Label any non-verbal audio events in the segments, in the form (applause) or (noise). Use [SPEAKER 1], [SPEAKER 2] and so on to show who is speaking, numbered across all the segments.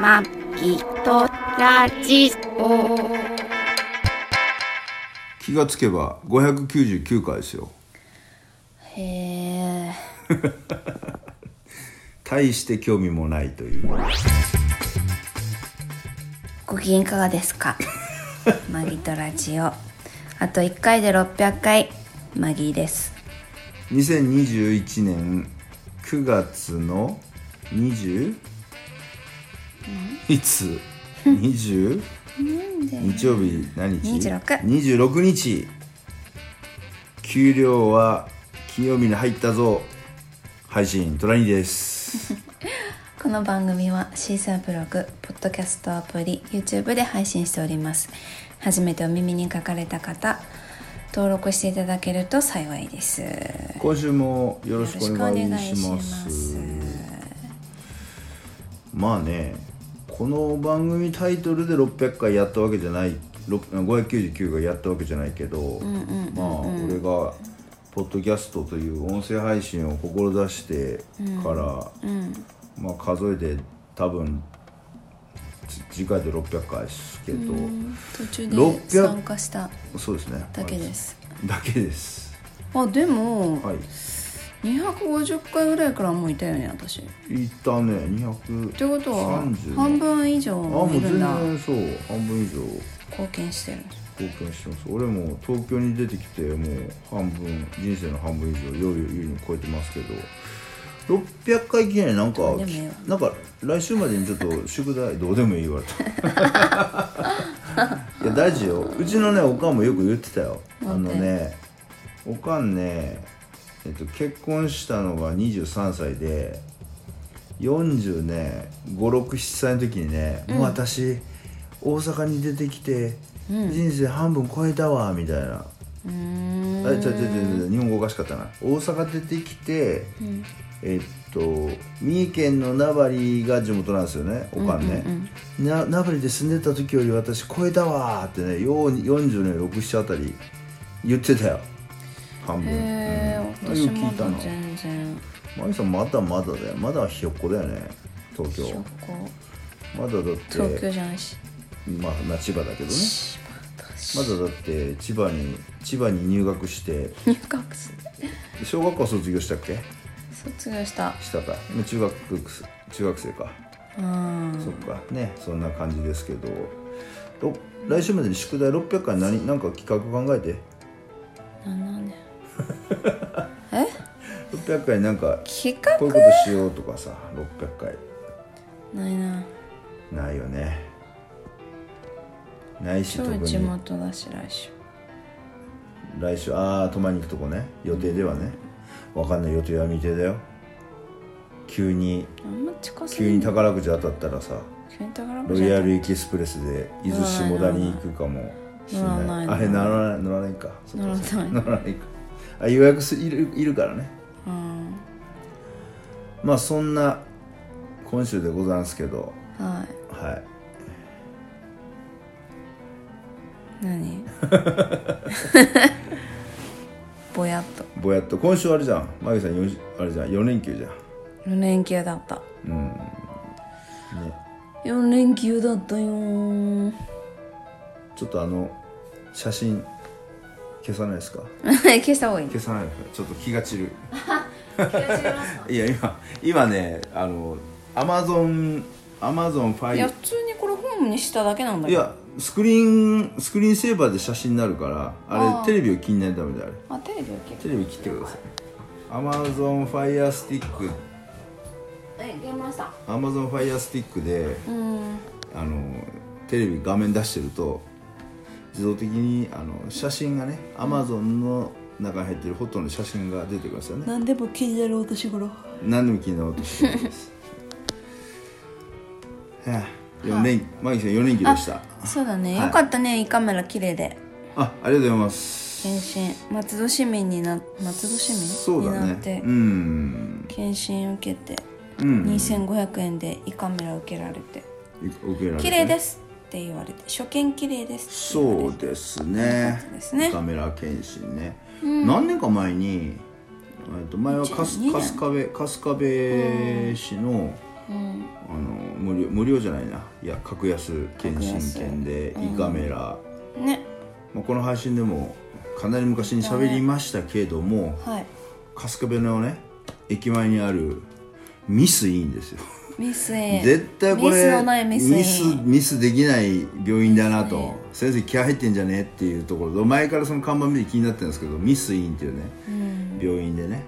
[SPEAKER 1] まきとラジオ。
[SPEAKER 2] 気がつけば599回ですよ
[SPEAKER 1] へえ。
[SPEAKER 2] 大して興味もないという
[SPEAKER 1] ご機嫌いかがです
[SPEAKER 2] (laughs)
[SPEAKER 1] かマギとラジオ。あと1回で600回。マギーです。
[SPEAKER 2] 2021年9月の 20? いつ 20? 日曜日何日
[SPEAKER 1] 26
[SPEAKER 2] 26日給料は金曜日に入ったぞ配信トラニーです
[SPEAKER 1] この番組はシーサーブログ、ポッドキャストアプリ、YouTube で配信しております。初めてお耳に書かれた方、登録していただけると幸いです。
[SPEAKER 2] 今週もよろしくお願いし
[SPEAKER 1] よ
[SPEAKER 2] ま
[SPEAKER 1] ろしくお願い
[SPEAKER 2] す
[SPEAKER 1] し
[SPEAKER 2] まあねこの番組タイトルで600回やったわけじゃないろく599回やったわけじゃないけど、まあ俺がポッドキャストという音声配信を志してから、まあ数えて多分つ次回で600回ですけど、
[SPEAKER 1] 途中で
[SPEAKER 2] 600
[SPEAKER 1] 参加した
[SPEAKER 2] そうですね
[SPEAKER 1] だけです。
[SPEAKER 2] だけです
[SPEAKER 1] あ、でも、
[SPEAKER 2] はい
[SPEAKER 1] 250回ぐらいからもういたよね私っ
[SPEAKER 2] いったね200
[SPEAKER 1] てことは
[SPEAKER 2] 30
[SPEAKER 1] 半分以上
[SPEAKER 2] あ
[SPEAKER 1] も
[SPEAKER 2] もう
[SPEAKER 1] いるん
[SPEAKER 2] 全
[SPEAKER 1] だ
[SPEAKER 2] 然そう半分以上
[SPEAKER 1] 貢献してる
[SPEAKER 2] 貢献してます俺も東京に出てきてもう半分人生の半分以上ようゆうに超えてますけど600回記念なんか
[SPEAKER 1] うでもいいわ
[SPEAKER 2] なんか来週までにちょっと宿題どうでもいい言わ (laughs) れたいや大事ようちのねおかんもよく言ってたよあのねおかんね、えっと、結婚したのが23歳で40ね567歳の時にね、もう私大阪に出てきて、人生半分超えたわみたいな、
[SPEAKER 1] うーん
[SPEAKER 2] あちょちょちょちょ日本語おかしかったな大阪出てきて、えっと三重県の名張が地元なんですよねおかんね、な名張で住んでた時より私超えたわーってねよう40年67あたり言ってたよ半分、
[SPEAKER 1] へえ
[SPEAKER 2] うん
[SPEAKER 1] 私
[SPEAKER 2] あよく
[SPEAKER 1] ま
[SPEAKER 2] 聞いた
[SPEAKER 1] だ
[SPEAKER 2] の
[SPEAKER 1] 全然
[SPEAKER 2] マギさんまだまだだよまだひよっこだよね東
[SPEAKER 1] ひょ
[SPEAKER 2] 京
[SPEAKER 1] っこ
[SPEAKER 2] まだだっ
[SPEAKER 1] 東京
[SPEAKER 2] て
[SPEAKER 1] じゃないし
[SPEAKER 2] まあまあ千葉だけどね
[SPEAKER 1] 千葉だし
[SPEAKER 2] まだだって千葉に千葉に入学して
[SPEAKER 1] 入学す
[SPEAKER 2] 小学校卒業したっけ
[SPEAKER 1] 卒業した
[SPEAKER 2] したかもう中学中学生か、
[SPEAKER 1] うん
[SPEAKER 2] そっかねそんな感じですけどろ来週までに宿題600回何なんか企画考えて
[SPEAKER 1] 7年え
[SPEAKER 2] 600回なんか
[SPEAKER 1] 企
[SPEAKER 2] こういう
[SPEAKER 1] 画
[SPEAKER 2] ことしようとかさ600回
[SPEAKER 1] ないな
[SPEAKER 2] ないよねないし
[SPEAKER 1] 超
[SPEAKER 2] 特
[SPEAKER 1] 地
[SPEAKER 2] に
[SPEAKER 1] 元だし来週
[SPEAKER 2] 来週ああ泊まりに行くとこね予定ではねわかんない予定は未定だよ急に
[SPEAKER 1] あんま近す
[SPEAKER 2] 急
[SPEAKER 1] ぎ
[SPEAKER 2] に
[SPEAKER 1] ない
[SPEAKER 2] 宝くじ当たったらさ
[SPEAKER 1] 急に宝く
[SPEAKER 2] ロ
[SPEAKER 1] じ
[SPEAKER 2] イ
[SPEAKER 1] 当
[SPEAKER 2] ヤ
[SPEAKER 1] たる
[SPEAKER 2] ルエキスプレスで伊豆下田に行くかもしれ
[SPEAKER 1] 乗ら
[SPEAKER 2] な
[SPEAKER 1] ない
[SPEAKER 2] い
[SPEAKER 1] な
[SPEAKER 2] あれ乗らない乗らないかそっ
[SPEAKER 1] 乗
[SPEAKER 2] か
[SPEAKER 1] らない
[SPEAKER 2] そっか乗らないかあ予約すいるいるからね
[SPEAKER 1] うん
[SPEAKER 2] まあそんな今週でございますけど
[SPEAKER 1] は
[SPEAKER 2] はい
[SPEAKER 1] い
[SPEAKER 2] (laughs)
[SPEAKER 1] 何ぼやっと
[SPEAKER 2] ぼやっと今週あれじゃんマギさんよんあれじゃん4連休じゃん
[SPEAKER 1] 4連休だった
[SPEAKER 2] ね
[SPEAKER 1] 4連休だったよー (laughs)
[SPEAKER 2] ちょっとあの写真消さないですか
[SPEAKER 1] 消した方がいい
[SPEAKER 2] 消さないですかちょっと気が散る
[SPEAKER 1] 消します
[SPEAKER 2] (laughs) いや今今ねあのアマゾンアマゾンファ
[SPEAKER 1] い
[SPEAKER 2] イ
[SPEAKER 1] や普通にこれホームにしただけなんだ
[SPEAKER 2] い
[SPEAKER 1] けど
[SPEAKER 2] やスクリーンスクリーンセーバーで写真になるから
[SPEAKER 1] あ
[SPEAKER 2] あ
[SPEAKER 1] ー
[SPEAKER 2] れテレビを気になるためであれ
[SPEAKER 1] あテレビを消す
[SPEAKER 2] テレビ切ってください Amazon Fire Stick
[SPEAKER 1] え消えました
[SPEAKER 2] Amazon Fire Stick で
[SPEAKER 1] うーん
[SPEAKER 2] あのテレビ画面出してると自動的にあの写真がね Amazon の中に入ってるホットの写真が出てくるんですよね
[SPEAKER 1] 何でも気になるお年頃
[SPEAKER 2] 何でも気になるとしてるんです (laughs) はあ四連マギさん4連休でした
[SPEAKER 1] そうだね、
[SPEAKER 2] はい
[SPEAKER 1] よかったね胃カメラ綺麗で
[SPEAKER 2] あありがとうございます
[SPEAKER 1] 検診松戸市民にな松戸市民
[SPEAKER 2] そうだ
[SPEAKER 1] になっ
[SPEAKER 2] ね
[SPEAKER 1] て、
[SPEAKER 2] うん
[SPEAKER 1] 検診受けて
[SPEAKER 2] うん
[SPEAKER 1] 2500円で胃カメラ受けられて
[SPEAKER 2] 受けられ
[SPEAKER 1] 「
[SPEAKER 2] て
[SPEAKER 1] 綺麗です」って言われて「初見綺麗です」って言われ
[SPEAKER 2] そう
[SPEAKER 1] て
[SPEAKER 2] ですね
[SPEAKER 1] そうですね
[SPEAKER 2] カメラ検診ね、何年か前にえっと前は
[SPEAKER 1] 一年二
[SPEAKER 2] 春春
[SPEAKER 1] 年
[SPEAKER 2] 日部春日部市の
[SPEAKER 1] うん
[SPEAKER 2] あの無料無料じゃないないや格安検診券で、
[SPEAKER 1] 格安うん
[SPEAKER 2] 胃カメラ、
[SPEAKER 1] ね
[SPEAKER 2] まあ、この配信でもかなり昔に喋りましたけども、
[SPEAKER 1] はい
[SPEAKER 2] 春日部のね駅前にあるミスいいんですよ
[SPEAKER 1] ミス A
[SPEAKER 2] 絶対こ
[SPEAKER 1] ミ
[SPEAKER 2] れ
[SPEAKER 1] スのないミス A
[SPEAKER 2] ミスミスできない病院だなと、
[SPEAKER 1] ね
[SPEAKER 2] 先生気合入ってんじゃねっていうところで前からその看板見て気になってたんですけどミスインっていうね
[SPEAKER 1] うん
[SPEAKER 2] 病院でね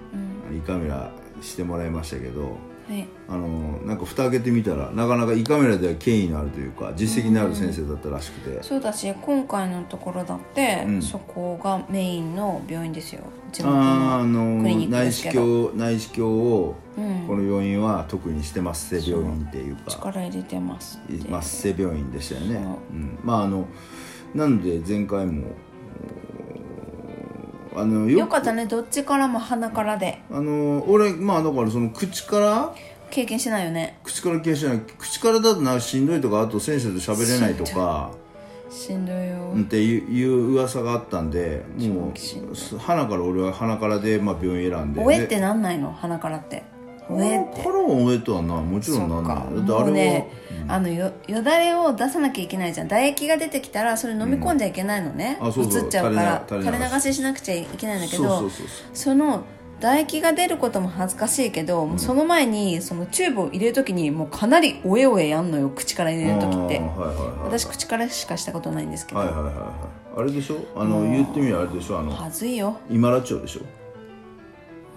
[SPEAKER 1] うん
[SPEAKER 2] 胃カメラしてもらいましたけど
[SPEAKER 1] はい
[SPEAKER 2] あのなんか蓋開けてみたらなかなか胃カメラでは権威のあるというか実績のある先生だったらしくて、
[SPEAKER 1] そうだし今回のところだって、
[SPEAKER 2] うん
[SPEAKER 1] そこがメインの病院ですよ地元
[SPEAKER 2] あーあ
[SPEAKER 1] の
[SPEAKER 2] の
[SPEAKER 1] クリニックで
[SPEAKER 2] 内
[SPEAKER 1] す
[SPEAKER 2] 視
[SPEAKER 1] けど
[SPEAKER 2] 鏡内視鏡を
[SPEAKER 1] うん
[SPEAKER 2] この病院は特にしてますせ病院っていうか
[SPEAKER 1] 力入れてますって
[SPEAKER 2] マッセ病院でしたよね、
[SPEAKER 1] そう
[SPEAKER 2] うん、まああのなので前回もおーあのよ
[SPEAKER 1] よかったねどっちからも鼻からで
[SPEAKER 2] あの俺まあだからその口から
[SPEAKER 1] 経験してないよね
[SPEAKER 2] 口から消しない口からだとなんかしんどいとかあと先生と喋れないとか
[SPEAKER 1] しんどいよ、
[SPEAKER 2] うんっていういう噂があったんでも
[SPEAKER 1] 超しんど
[SPEAKER 2] う鼻から俺は鼻からで、まあ、病院選んで
[SPEAKER 1] おえっ
[SPEAKER 2] で
[SPEAKER 1] てなんないの鼻からっておえ
[SPEAKER 2] 鼻
[SPEAKER 1] って
[SPEAKER 2] からはおえとはなもちろんなんないだってあれは
[SPEAKER 1] もうね、あのよよだれを出さなきゃいけないじゃん唾液が出てきたらそれ飲み込んじゃいけないのね、
[SPEAKER 2] うんあそうそう
[SPEAKER 1] 移っちゃうから
[SPEAKER 2] 垂
[SPEAKER 1] 垂
[SPEAKER 2] れ
[SPEAKER 1] れ
[SPEAKER 2] 流
[SPEAKER 1] 流ししなくちゃいけないんだけ
[SPEAKER 2] そう
[SPEAKER 1] ど
[SPEAKER 2] そうそうそう
[SPEAKER 1] その唾液が出ることも恥ずかしいけど、もうその前にそのチューブを入れる時にもうかなりおえおえやんのよ口から入れる時って
[SPEAKER 2] あーはいはいはい
[SPEAKER 1] 私口からしかしたことないんですけど、
[SPEAKER 2] はいはいはいはいあれでしょあの言ってみればあれでしょあの
[SPEAKER 1] はずいよ
[SPEAKER 2] 今良町でしょ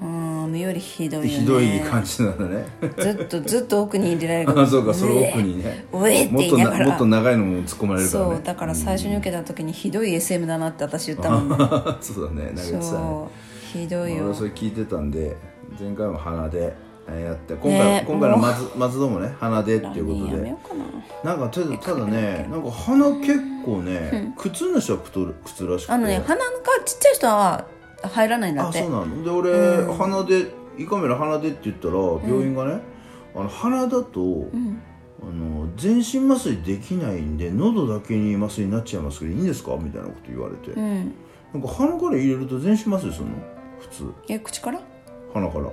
[SPEAKER 1] うーんよりひどいよね
[SPEAKER 2] ひどい感じなんだね
[SPEAKER 1] ずっとずっと奥に入れられる
[SPEAKER 2] あ (laughs) そうかその奥にね
[SPEAKER 1] うえって
[SPEAKER 2] もっ
[SPEAKER 1] 言い
[SPEAKER 2] と
[SPEAKER 1] なが
[SPEAKER 2] な
[SPEAKER 1] ら
[SPEAKER 2] もっと長いのも突っ込まれるからね
[SPEAKER 1] そうだから最初に受けた時にひどい SM だなって私言ったもんね
[SPEAKER 2] (laughs) そうだね投げてたね
[SPEAKER 1] そうひどい
[SPEAKER 2] 俺
[SPEAKER 1] よ
[SPEAKER 2] はそれ聞いてたんで前回も鼻でえーやって今回,、
[SPEAKER 1] ね
[SPEAKER 2] 今回の松松戸もね鼻でっていうこ
[SPEAKER 1] 来
[SPEAKER 2] と
[SPEAKER 1] 年やめ
[SPEAKER 2] で
[SPEAKER 1] ようかな
[SPEAKER 2] なんかただただねなんか鼻結構ね靴の人は靴る靴らしくて
[SPEAKER 1] あのね鼻がちっちゃい人は入らないんだ
[SPEAKER 2] あ
[SPEAKER 1] って
[SPEAKER 2] そうなので俺、鼻で胃カメラ鼻でって言ったら病院がね、あの鼻だと、あの全身麻酔できないんで喉だけに麻酔になっちゃいますけどいいんですかみたいなこと言われて、
[SPEAKER 1] うん
[SPEAKER 2] なんか鼻から入れると全身麻酔するの普通
[SPEAKER 1] え口から
[SPEAKER 2] 鼻から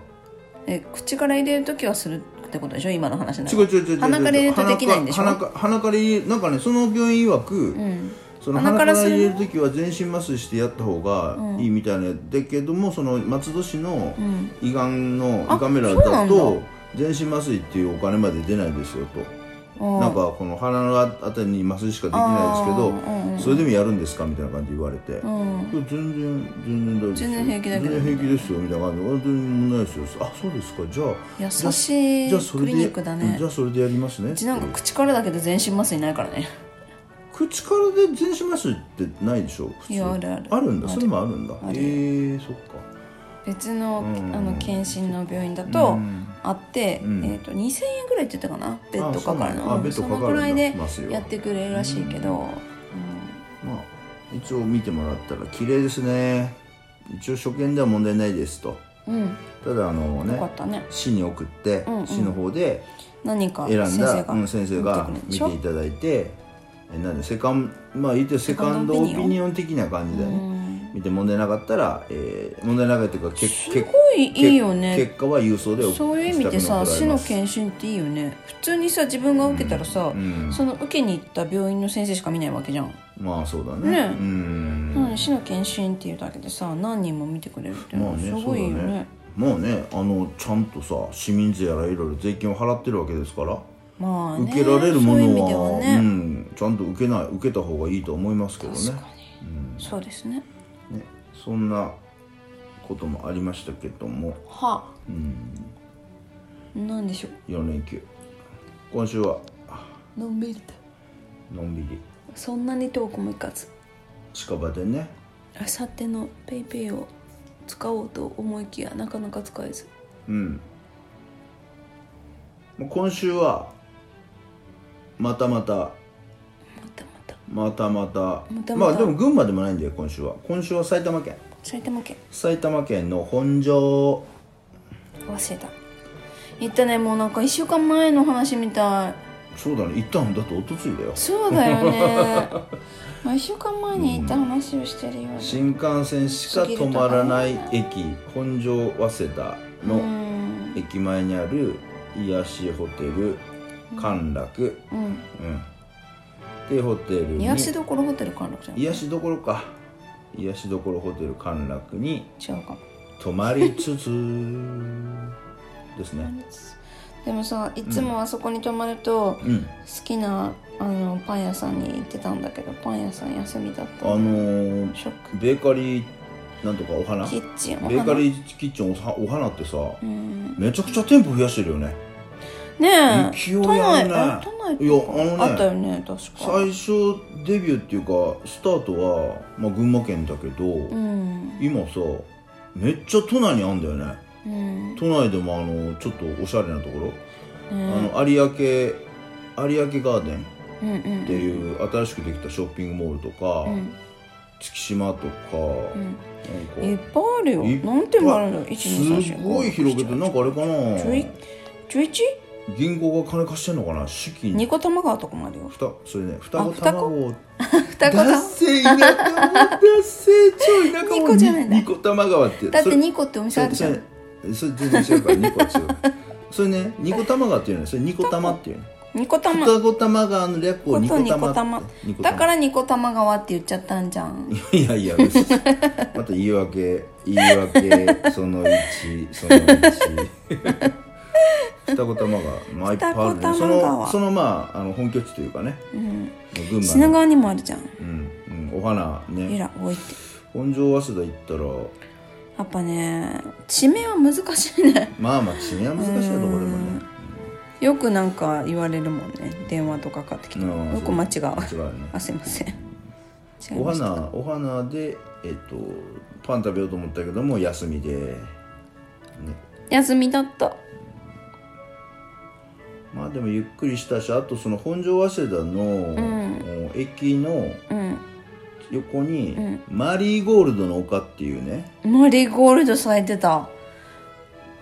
[SPEAKER 1] え口から入れる時はするってことでしょ今の話な
[SPEAKER 2] 違
[SPEAKER 1] ら
[SPEAKER 2] う違う違う違う
[SPEAKER 1] 鼻から入れるとできないんでしょ
[SPEAKER 2] 鼻か鼻から入れなんかねその病院曰く、
[SPEAKER 1] うん
[SPEAKER 2] その鼻
[SPEAKER 1] 鼻か
[SPEAKER 2] か
[SPEAKER 1] らら
[SPEAKER 2] 入
[SPEAKER 1] する
[SPEAKER 2] れる時は全身麻酔してやった方がいいみたいな、だけどもその松戸市の
[SPEAKER 1] ん
[SPEAKER 2] 胃がんの
[SPEAKER 1] あ
[SPEAKER 2] 胃カメラ
[SPEAKER 1] そうな
[SPEAKER 2] だ
[SPEAKER 1] んだ
[SPEAKER 2] と全身麻酔っていうお金まで出ないですよと、なんかこの鼻のあたりに麻酔しかでき
[SPEAKER 1] あー
[SPEAKER 2] な
[SPEAKER 1] うん
[SPEAKER 2] いで
[SPEAKER 1] うん
[SPEAKER 2] すけどそれでもやるんですかみたいな感じで言われて、
[SPEAKER 1] う
[SPEAKER 2] いや
[SPEAKER 1] ん
[SPEAKER 2] 全然全然大丈夫ですよ
[SPEAKER 1] 全然平気だけど
[SPEAKER 2] 全然平気ですよみたいな感じであ全然問題ないですよあそうですかじゃあ
[SPEAKER 1] 優
[SPEAKER 2] じゃあ
[SPEAKER 1] しい
[SPEAKER 2] じゃあそ
[SPEAKER 1] ク
[SPEAKER 2] れで
[SPEAKER 1] リニックだ
[SPEAKER 2] うん
[SPEAKER 1] ね
[SPEAKER 2] じゃあそれでやりますね
[SPEAKER 1] うちなんか口からだけど全身麻酔ないからね
[SPEAKER 2] 口からで全身麻酔ってないでしょ普通
[SPEAKER 1] いやあるある
[SPEAKER 2] あるんだ
[SPEAKER 1] ある
[SPEAKER 2] それもあるんだ
[SPEAKER 1] あ
[SPEAKER 2] え
[SPEAKER 1] る
[SPEAKER 2] ー、そっか
[SPEAKER 1] 別の,、
[SPEAKER 2] うん
[SPEAKER 1] あの検診の病院だと
[SPEAKER 2] うん
[SPEAKER 1] あって、
[SPEAKER 2] うん
[SPEAKER 1] えー、と2000円ぐらいって言ったかなベッドかかるの
[SPEAKER 2] あそうなんだあ
[SPEAKER 1] うん
[SPEAKER 2] ベッドかかるんだ
[SPEAKER 1] そのくらいで
[SPEAKER 2] ますよ
[SPEAKER 1] やってくれるらしいけど、
[SPEAKER 2] まあ一応見てもらったら綺麗ですね一応初見では問題ないですと
[SPEAKER 1] うんうん
[SPEAKER 2] ただあの
[SPEAKER 1] よか
[SPEAKER 2] ね
[SPEAKER 1] ったね
[SPEAKER 2] 市に送って、
[SPEAKER 1] うんうん
[SPEAKER 2] 市の方で
[SPEAKER 1] 何か
[SPEAKER 2] 選
[SPEAKER 1] 先
[SPEAKER 2] ん
[SPEAKER 1] 生
[SPEAKER 2] だ
[SPEAKER 1] が
[SPEAKER 2] うん先生が
[SPEAKER 1] 見てくれるで
[SPEAKER 2] 見
[SPEAKER 1] しょ
[SPEAKER 2] ていただいてえなんでセカンまあ言ってセカンドオピニオン的な感じだよ
[SPEAKER 1] う
[SPEAKER 2] ね
[SPEAKER 1] ん
[SPEAKER 2] 見て問題なかったら、えー問題なかったというかけ
[SPEAKER 1] す
[SPEAKER 2] け
[SPEAKER 1] ごいいいよね
[SPEAKER 2] 結果は郵送で送
[SPEAKER 1] そういう意味でさ
[SPEAKER 2] 自宅
[SPEAKER 1] 市
[SPEAKER 2] に送られま
[SPEAKER 1] の
[SPEAKER 2] す
[SPEAKER 1] 検診っていいよね普通にさ自分が受けたらさ、
[SPEAKER 2] うん
[SPEAKER 1] その受けに行った病院の先生しか見ないわけじゃん、
[SPEAKER 2] まあそうだね
[SPEAKER 1] ね
[SPEAKER 2] うん
[SPEAKER 1] なのに市の検診っていうだけでさ何人も見てくれるっていうの
[SPEAKER 2] まあ
[SPEAKER 1] は
[SPEAKER 2] ね
[SPEAKER 1] すごいよね,、
[SPEAKER 2] そうだねまあねあのちゃんとさ市民税やらいろいろ税金を払ってるわけですから、
[SPEAKER 1] まあね
[SPEAKER 2] 受けられるも
[SPEAKER 1] そういう意味で
[SPEAKER 2] の
[SPEAKER 1] は
[SPEAKER 2] は
[SPEAKER 1] ね、
[SPEAKER 2] ん、ちゃんと受けない受けた方がいいと思いますけどね
[SPEAKER 1] 確かそうですね
[SPEAKER 2] ねそんなこともありましたけども
[SPEAKER 1] はうんなんでしょ
[SPEAKER 2] 4連休今週は
[SPEAKER 1] うのんびりと
[SPEAKER 2] のんびり
[SPEAKER 1] そんなに遠くも行かず
[SPEAKER 2] 近場でね
[SPEAKER 1] 明後日のペイペイを使おうと思いきやなかなか使えず
[SPEAKER 2] うんまあ今週はまたまた
[SPEAKER 1] またまた
[SPEAKER 2] またまた
[SPEAKER 1] また
[SPEAKER 2] まあでも群馬でもないんだよ今週は今週は埼玉県
[SPEAKER 1] 埼玉県
[SPEAKER 2] 埼玉県の本庄
[SPEAKER 1] 忘れた行ったねもうなんか1週間前の話みたい
[SPEAKER 2] そうだね行ったんだっておとついだよ
[SPEAKER 1] そうだよ (laughs) ねまあ1週間前に行った話をしてるよね
[SPEAKER 2] 新幹線しか止まらない駅本庄早稲田
[SPEAKER 1] う
[SPEAKER 2] の
[SPEAKER 1] ん
[SPEAKER 2] 駅前にある癒しホテル陥落
[SPEAKER 1] うん
[SPEAKER 2] うんでホテルに
[SPEAKER 1] 癒しどころホテル陥落じゃん
[SPEAKER 2] 癒しどころか癒しどころホテル陥落に
[SPEAKER 1] 違うかも
[SPEAKER 2] 泊まりつつですね
[SPEAKER 1] でもさいつもあそこに泊まると、
[SPEAKER 2] うん
[SPEAKER 1] 好きなあのパン屋さんに行ってたんだけどパン屋さん休みだっ
[SPEAKER 2] あ
[SPEAKER 1] た
[SPEAKER 2] の
[SPEAKER 1] の
[SPEAKER 2] ー、
[SPEAKER 1] ショック
[SPEAKER 2] ベーカリーなんとかお花
[SPEAKER 1] キッチンお花
[SPEAKER 2] ベーカリーキッチンおさお花ってさ
[SPEAKER 1] うん
[SPEAKER 2] めちゃくちゃ店舗増やしてるよね
[SPEAKER 1] ねえ
[SPEAKER 2] 勢い
[SPEAKER 1] 都
[SPEAKER 2] あ
[SPEAKER 1] 内
[SPEAKER 2] るね
[SPEAKER 1] あ都内
[SPEAKER 2] いやあのね
[SPEAKER 1] とかあったよね確か
[SPEAKER 2] 最初デビューっていうかスタートは、まあ、群馬県だけど、
[SPEAKER 1] うん
[SPEAKER 2] 今さめっちゃ都内にあんだよね
[SPEAKER 1] うん
[SPEAKER 2] 都内でもあのちょっとおしゃれなところ、
[SPEAKER 1] ね
[SPEAKER 2] あの有明有明ガーデン
[SPEAKER 1] うんうん
[SPEAKER 2] っていう新しくできたショッピングモールとか、
[SPEAKER 1] うん
[SPEAKER 2] 月島とか、
[SPEAKER 1] うんいっ
[SPEAKER 2] なんか
[SPEAKER 1] ぱいあるよ
[SPEAKER 2] いっぱい
[SPEAKER 1] なんてもあるの
[SPEAKER 2] すごい広げてなんかあれか
[SPEAKER 1] 11
[SPEAKER 2] な
[SPEAKER 1] 11?2
[SPEAKER 2] 銀行が金貸してんのかな資金
[SPEAKER 1] 個玉川とかもある
[SPEAKER 2] (laughs)
[SPEAKER 1] よ
[SPEAKER 2] ふたそれね双子
[SPEAKER 1] 双子
[SPEAKER 2] 卵
[SPEAKER 1] 双子
[SPEAKER 2] だっ
[SPEAKER 1] 玉
[SPEAKER 2] せ田舎もだっせ超田舎も
[SPEAKER 1] 二個じゃないんだ
[SPEAKER 2] 二子玉川って
[SPEAKER 1] だっ
[SPEAKER 2] そ
[SPEAKER 1] て
[SPEAKER 2] れ
[SPEAKER 1] 2個ってお店あるじゃん
[SPEAKER 2] それそれ全然違う (laughs) から2個は違うそれね二子玉川っていうねそれ二子玉っていうね
[SPEAKER 1] 2個玉
[SPEAKER 2] 双子玉川の略を二子
[SPEAKER 1] こと二
[SPEAKER 2] 玉
[SPEAKER 1] 子玉
[SPEAKER 2] って二子
[SPEAKER 1] だ
[SPEAKER 2] 玉
[SPEAKER 1] から2個玉川って言っちゃったんじゃん
[SPEAKER 2] いやいや別にまた言い訳言い訳その1その1双子玉川まあいっぱいあるね
[SPEAKER 1] 双子
[SPEAKER 2] そ
[SPEAKER 1] 玉川
[SPEAKER 2] のそのまああの本拠地というかね
[SPEAKER 1] うん
[SPEAKER 2] 群馬の
[SPEAKER 1] 品川にもあるじゃん
[SPEAKER 2] うんうん、お花
[SPEAKER 1] え
[SPEAKER 2] ね
[SPEAKER 1] ら多いって
[SPEAKER 2] 本庄早稲田行っ
[SPEAKER 1] やっぱね地名は難しいね
[SPEAKER 2] たらまあまあ地名は難しいところでもね
[SPEAKER 1] よくなんか言われるもんね電話とかかかってきて
[SPEAKER 2] うん
[SPEAKER 1] よく間違う
[SPEAKER 2] 間違うよね
[SPEAKER 1] あすいません違い
[SPEAKER 2] お
[SPEAKER 1] ました
[SPEAKER 2] 花お花でえっとパン食べようと思ったけども休みでね
[SPEAKER 1] 休みだった
[SPEAKER 2] まあでもゆっくりしたしあとその本庄早稲田の、
[SPEAKER 1] ん
[SPEAKER 2] 駅の
[SPEAKER 1] うん
[SPEAKER 2] 横に、
[SPEAKER 1] うん
[SPEAKER 2] マリーゴールドの丘っていうね
[SPEAKER 1] マリーゴールド咲いてた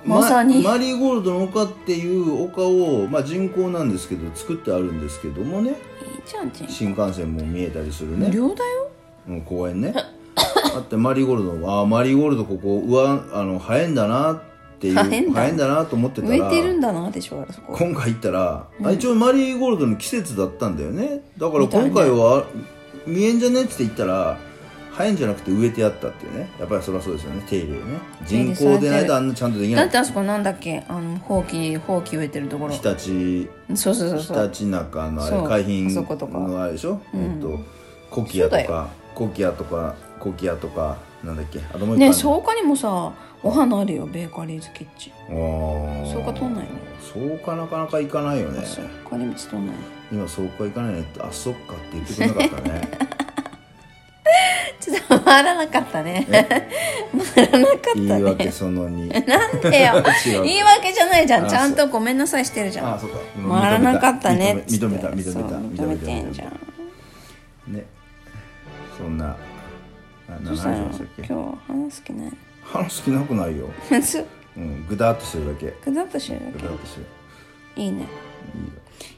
[SPEAKER 1] まさに
[SPEAKER 2] マリーゴールドの丘っていう丘を、まあ、人工なんですけど作ってあるんですけどもね
[SPEAKER 1] いいじゃんちん
[SPEAKER 2] 新幹線も見えたりするね
[SPEAKER 1] 無料だよ
[SPEAKER 2] うん公園ねあってマリーゴールドああマリーゴールドここうわあの生えんだなっていう
[SPEAKER 1] 生えんだ
[SPEAKER 2] んだなと思ってたら
[SPEAKER 1] 植えてるんだなでしょあれそこ
[SPEAKER 2] 今回行ったら、あ一応マリーゴールドの季節だったんだよねだから
[SPEAKER 1] みたいね
[SPEAKER 2] 今回は見えんじゃねって言ったら生えんじゃなくて植えてあったっていうねやっぱりそりゃそうですよね手入れね
[SPEAKER 1] 手入れ
[SPEAKER 2] 人
[SPEAKER 1] されてる
[SPEAKER 2] 工でないとあんなちゃんとできな
[SPEAKER 1] だっ
[SPEAKER 2] い
[SPEAKER 1] てあそこなんだっけあのほうきほうき植えてるところ
[SPEAKER 2] 日立
[SPEAKER 1] そうそうそう
[SPEAKER 2] ひ
[SPEAKER 1] そ
[SPEAKER 2] た
[SPEAKER 1] う
[SPEAKER 2] ちなかのあ
[SPEAKER 1] そ
[SPEAKER 2] れ
[SPEAKER 1] う
[SPEAKER 2] 海
[SPEAKER 1] あそ
[SPEAKER 2] 浜
[SPEAKER 1] ことか
[SPEAKER 2] のあれでしょ、えっとコキア
[SPEAKER 1] そ
[SPEAKER 2] と
[SPEAKER 1] うだ
[SPEAKER 2] かコキアとかコキアとかなんだっけあともう一個あ
[SPEAKER 1] ねえ
[SPEAKER 2] る
[SPEAKER 1] 草加にもさお花あるよベーカリーズキッチン
[SPEAKER 2] あ
[SPEAKER 1] 草加通んないの
[SPEAKER 2] そうかなかなか行かないよね
[SPEAKER 1] そう帰り道通んないの
[SPEAKER 2] 今そうか行かないねってあそっかって言ってくれなか
[SPEAKER 1] (laughs)
[SPEAKER 2] ったね
[SPEAKER 1] ちょっと回らなかったね回らなかった
[SPEAKER 2] 言い
[SPEAKER 1] ね
[SPEAKER 2] 訳その2
[SPEAKER 1] (laughs) なんでよ
[SPEAKER 2] (laughs) 違う
[SPEAKER 1] 言い訳じゃないじゃん
[SPEAKER 2] あ
[SPEAKER 1] ちゃんとごめんなさいしてるじゃ
[SPEAKER 2] あ
[SPEAKER 1] ん
[SPEAKER 2] そっか今
[SPEAKER 1] 回らなかったねっつって
[SPEAKER 2] 認めた認めた
[SPEAKER 1] そう
[SPEAKER 2] 認
[SPEAKER 1] 認
[SPEAKER 2] め
[SPEAKER 1] め
[SPEAKER 2] た
[SPEAKER 1] てんじゃん
[SPEAKER 2] ねそんなな
[SPEAKER 1] ど
[SPEAKER 2] 何
[SPEAKER 1] う
[SPEAKER 2] 話
[SPEAKER 1] した
[SPEAKER 2] し
[SPEAKER 1] の
[SPEAKER 2] ましたっけ
[SPEAKER 1] 今日話す気ない (laughs)
[SPEAKER 2] 話す気なくないよ、うん、ぐだっとしてるだけ
[SPEAKER 1] くだっとしてる
[SPEAKER 2] ぐ
[SPEAKER 1] だ
[SPEAKER 2] だっとしてる
[SPEAKER 1] けいいね
[SPEAKER 2] いいよ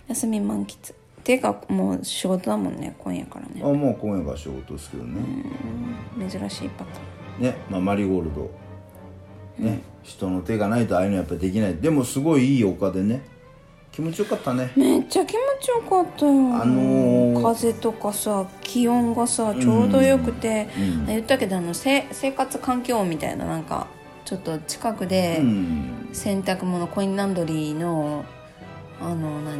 [SPEAKER 1] 休み満喫ていうかもう仕事だもんね今夜から
[SPEAKER 2] あ
[SPEAKER 1] ね
[SPEAKER 2] もう今夜が仕事ですけどね、
[SPEAKER 1] うん珍しいパターン
[SPEAKER 2] ね、まあ、マリーゴールドね、人の手がないとああいうのやっぱできないでもすごいいい丘でね気持ちよかったね
[SPEAKER 1] めっちゃ気持ちよかったよ、
[SPEAKER 2] あのー
[SPEAKER 1] 風とかさ気温がさちょうどよくて、
[SPEAKER 2] うん
[SPEAKER 1] 言ったけどあのせ生活環境音みたいななんかちょっと近くで
[SPEAKER 2] うん
[SPEAKER 1] 洗濯物コインランドリーのあの何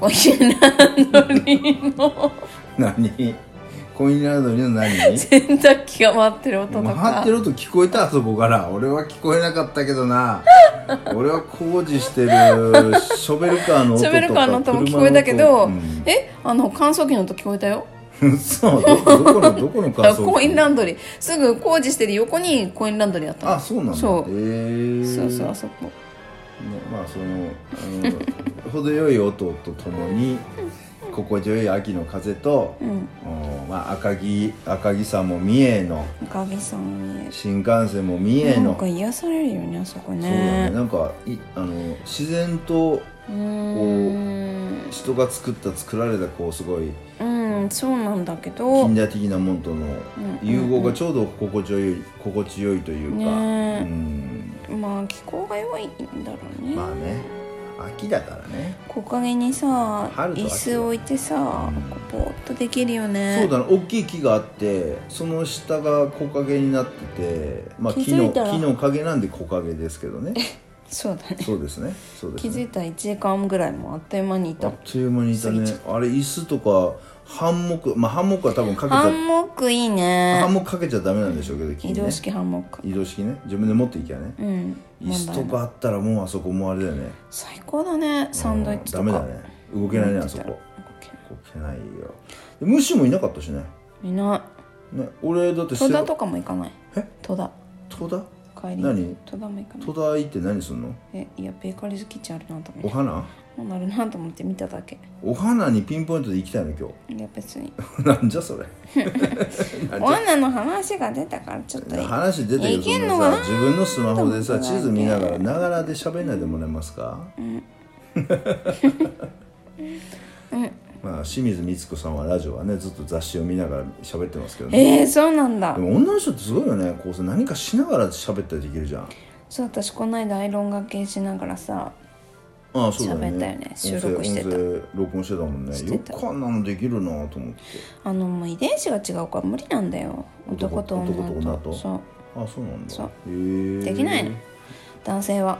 [SPEAKER 1] コインランドリーの
[SPEAKER 2] 何コインランドリーの何
[SPEAKER 1] 洗濯機が回ってる音とか
[SPEAKER 2] 回ってる音聞こえたあそこから俺は聞こえなかったけ
[SPEAKER 1] (laughs)
[SPEAKER 2] どな俺は工事してるショベルカーの音とか
[SPEAKER 1] ショベルカーの音も聞こえたけど、えあの乾燥機の音聞こえたよ
[SPEAKER 2] (laughs) そうどどこのどこの感想
[SPEAKER 1] コインランドリーすぐ工事してる横にコインランドリーあったの
[SPEAKER 2] あそうなんだ
[SPEAKER 1] そう
[SPEAKER 2] へー
[SPEAKER 1] そうそうあそこ
[SPEAKER 2] ね、まあそのあの (laughs) 程よい音とともに心地よい秋の風と、
[SPEAKER 1] うん
[SPEAKER 2] うんまあ、赤城赤城山も三重の
[SPEAKER 1] 赤城さんに
[SPEAKER 2] 新幹線も三重
[SPEAKER 1] な
[SPEAKER 2] の
[SPEAKER 1] んか癒されるよねあそこ
[SPEAKER 2] そうだ
[SPEAKER 1] ね
[SPEAKER 2] ねなんかいあの自然と
[SPEAKER 1] うーん
[SPEAKER 2] 人が作った作られたこうすごい
[SPEAKER 1] うんそうなんだけど
[SPEAKER 2] 近
[SPEAKER 1] ね
[SPEAKER 2] 代的なものとの
[SPEAKER 1] うん
[SPEAKER 2] 融合がちょうど心地よい心地よいというか、
[SPEAKER 1] え
[SPEAKER 2] うん
[SPEAKER 1] まあ気候が弱いんだろうね、
[SPEAKER 2] まあね秋だからね
[SPEAKER 1] 木陰にさ
[SPEAKER 2] 春と秋
[SPEAKER 1] 椅子置いてさぼーっとできるよね
[SPEAKER 2] そうだね大きい木があってその下が木陰になってて、まあ、
[SPEAKER 1] 気
[SPEAKER 2] 木
[SPEAKER 1] づ
[SPEAKER 2] の
[SPEAKER 1] いたら
[SPEAKER 2] 木の陰なんで木陰ですけどね
[SPEAKER 1] そうだね
[SPEAKER 2] そうですねそうです
[SPEAKER 1] 気
[SPEAKER 2] ね
[SPEAKER 1] づいたら1時間ぐらいもあっという間にい
[SPEAKER 2] あ
[SPEAKER 1] た
[SPEAKER 2] っという間にいたねあれ椅子とかハンモックまあハンモックは多分かけち
[SPEAKER 1] ハ
[SPEAKER 2] ゃ
[SPEAKER 1] ンモックいい
[SPEAKER 2] ハ
[SPEAKER 1] ね
[SPEAKER 2] ンモックかけちゃダメなんでしょうけど、木
[SPEAKER 1] 移
[SPEAKER 2] にね
[SPEAKER 1] 動式ハンモック
[SPEAKER 2] 移動式ね自分で持っていきゃね、
[SPEAKER 1] うん
[SPEAKER 2] 椅子とかあったらもうあそこもうあれだよね
[SPEAKER 1] 最高だねサンドイッチとか
[SPEAKER 2] うんダメだね動けないね
[SPEAKER 1] 動い
[SPEAKER 2] あ
[SPEAKER 1] て
[SPEAKER 2] そ
[SPEAKER 1] たら
[SPEAKER 2] こ動けないよでムシもいなかったしね
[SPEAKER 1] いな
[SPEAKER 2] ね俺だって
[SPEAKER 1] い
[SPEAKER 2] せ
[SPEAKER 1] 戸田とかも行かない
[SPEAKER 2] え
[SPEAKER 1] 戸田
[SPEAKER 2] 戸田
[SPEAKER 1] 帰り
[SPEAKER 2] 何
[SPEAKER 1] 戸田も行かない
[SPEAKER 2] 戸田行って何すんの
[SPEAKER 1] えいやベーカリーズキッチンあるなと思
[SPEAKER 2] お
[SPEAKER 1] って
[SPEAKER 2] 花
[SPEAKER 1] もうなるなと思って見ただけ
[SPEAKER 2] お花にピンポイントで行きたいの今
[SPEAKER 1] いや別に
[SPEAKER 2] 日 (laughs) なんじゃそれ
[SPEAKER 1] 女の話が出たからちょっと
[SPEAKER 2] 話出てる
[SPEAKER 1] い
[SPEAKER 2] そ
[SPEAKER 1] けん
[SPEAKER 2] んな
[SPEAKER 1] のかな
[SPEAKER 2] さ自分のスマホで
[SPEAKER 1] と
[SPEAKER 2] さ
[SPEAKER 1] 思って
[SPEAKER 2] 地図見ながらながらで喋んないでもらえますか、 (laughs) まあ清水光子さんはラジオはねずっと雑誌を見ながら喋ってますけどね
[SPEAKER 1] えー、そうなんだ
[SPEAKER 2] でも女の人ってすごいよねこうさ何かしながら喋ったりできるじゃん
[SPEAKER 1] そう私この間アイロンがけしながらさ
[SPEAKER 2] ああそうだよ
[SPEAKER 1] 喋っ
[SPEAKER 2] ね
[SPEAKER 1] たよね収録してた
[SPEAKER 2] 音声音声録音してたもんね
[SPEAKER 1] して
[SPEAKER 2] よ
[SPEAKER 1] た
[SPEAKER 2] くあんなのできるなと思って
[SPEAKER 1] あのもう遺伝子が違うから無理なんだよ
[SPEAKER 2] 男
[SPEAKER 1] 男と女と
[SPEAKER 2] 男と女と
[SPEAKER 1] そう
[SPEAKER 2] あそうなんだ
[SPEAKER 1] そう
[SPEAKER 2] へえ
[SPEAKER 1] できないの男性は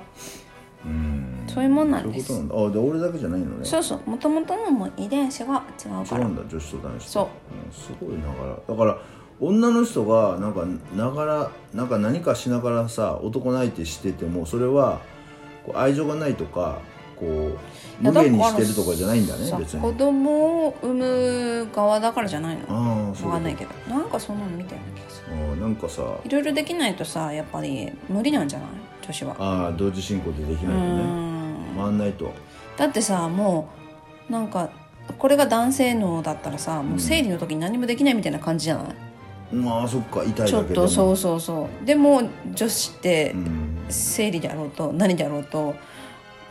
[SPEAKER 2] うん
[SPEAKER 1] そういうもんなんで
[SPEAKER 2] そうい
[SPEAKER 1] す
[SPEAKER 2] うことなんだあで俺だけじゃないのね
[SPEAKER 1] そうそうもともとのもう遺伝子が違う
[SPEAKER 2] 違
[SPEAKER 1] か
[SPEAKER 2] う
[SPEAKER 1] ら
[SPEAKER 2] んだ女子と男子と
[SPEAKER 1] そ
[SPEAKER 2] うんすごいながらだから女の人がなんかながらなんか何かしながらさ男の相手しててもそれはこう愛情がないとかこう無限にしてるとかじゃないんだね
[SPEAKER 1] さ
[SPEAKER 2] 別
[SPEAKER 1] 子
[SPEAKER 2] に
[SPEAKER 1] 供を産む側だからじゃないのわ
[SPEAKER 2] ああそう
[SPEAKER 1] か
[SPEAKER 2] だ
[SPEAKER 1] んないけどなんかそんなの見たような気がする
[SPEAKER 2] うんなんかさ
[SPEAKER 1] いろいろできないとさやっぱり無理なんじゃない女子は
[SPEAKER 2] ああ同時進行ででき
[SPEAKER 1] う
[SPEAKER 2] ないとね
[SPEAKER 1] ん
[SPEAKER 2] 回んないと
[SPEAKER 1] だってさもうなんかこれが男性能だったらさもう生理の時に何もできないみたいな感じじゃない、
[SPEAKER 2] まあそっか痛いだけ
[SPEAKER 1] ち
[SPEAKER 2] で
[SPEAKER 1] ょ
[SPEAKER 2] も
[SPEAKER 1] っとそうそうそうでも女子って
[SPEAKER 2] うん
[SPEAKER 1] 生理であろうと何であろうと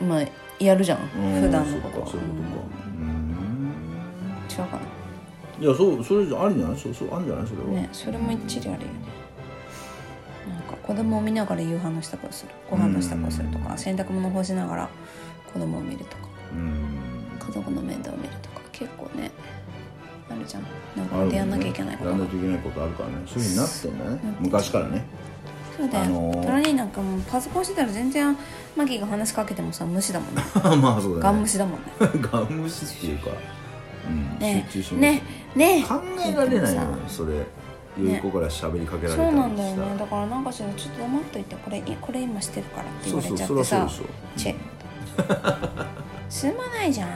[SPEAKER 1] まあやるじゃん
[SPEAKER 2] うん
[SPEAKER 1] 普段のこと
[SPEAKER 2] そっかそういうことか
[SPEAKER 1] 違うか
[SPEAKER 2] うんいやそうそれじゃありじゃないそうそうあるんじゃないそれは
[SPEAKER 1] なねそれも一理あるよねなんか子供を見ながら夕飯の支度をするご飯の支度をするとか洗濯物を干しながら子供を見るとか
[SPEAKER 2] うん
[SPEAKER 1] 家族の面倒を見るとか結構ねあるじゃんなんかやんなきゃいけないこと
[SPEAKER 2] や
[SPEAKER 1] が
[SPEAKER 2] んなきゃいけないことあるからねそういうふうになってんだね昔からね
[SPEAKER 1] そうだよ、
[SPEAKER 2] あのー
[SPEAKER 1] トラニーなんかもうパソコンしてたら全然マギーが話しかけてもさ無視だもんね
[SPEAKER 2] まあそう
[SPEAKER 1] ガ
[SPEAKER 2] だ
[SPEAKER 1] ン
[SPEAKER 2] ね
[SPEAKER 1] 無視だもんね
[SPEAKER 2] (laughs) ガン無視っていうか、うん、
[SPEAKER 1] ね
[SPEAKER 2] 集中しない
[SPEAKER 1] ねね
[SPEAKER 2] 考えられないよねそれよい
[SPEAKER 1] ね
[SPEAKER 2] 子から喋りかけられ
[SPEAKER 1] そ
[SPEAKER 2] た
[SPEAKER 1] う
[SPEAKER 2] り
[SPEAKER 1] なんだよ
[SPEAKER 2] したら
[SPEAKER 1] ねだからなんかしらちょっと黙っといてこれいこれ今してるからって言わ
[SPEAKER 2] そう
[SPEAKER 1] れ
[SPEAKER 2] そう
[SPEAKER 1] ちゃ
[SPEAKER 2] そ
[SPEAKER 1] って
[SPEAKER 2] りゃそう
[SPEAKER 1] さ
[SPEAKER 2] でしょ
[SPEAKER 1] チェすまないじゃん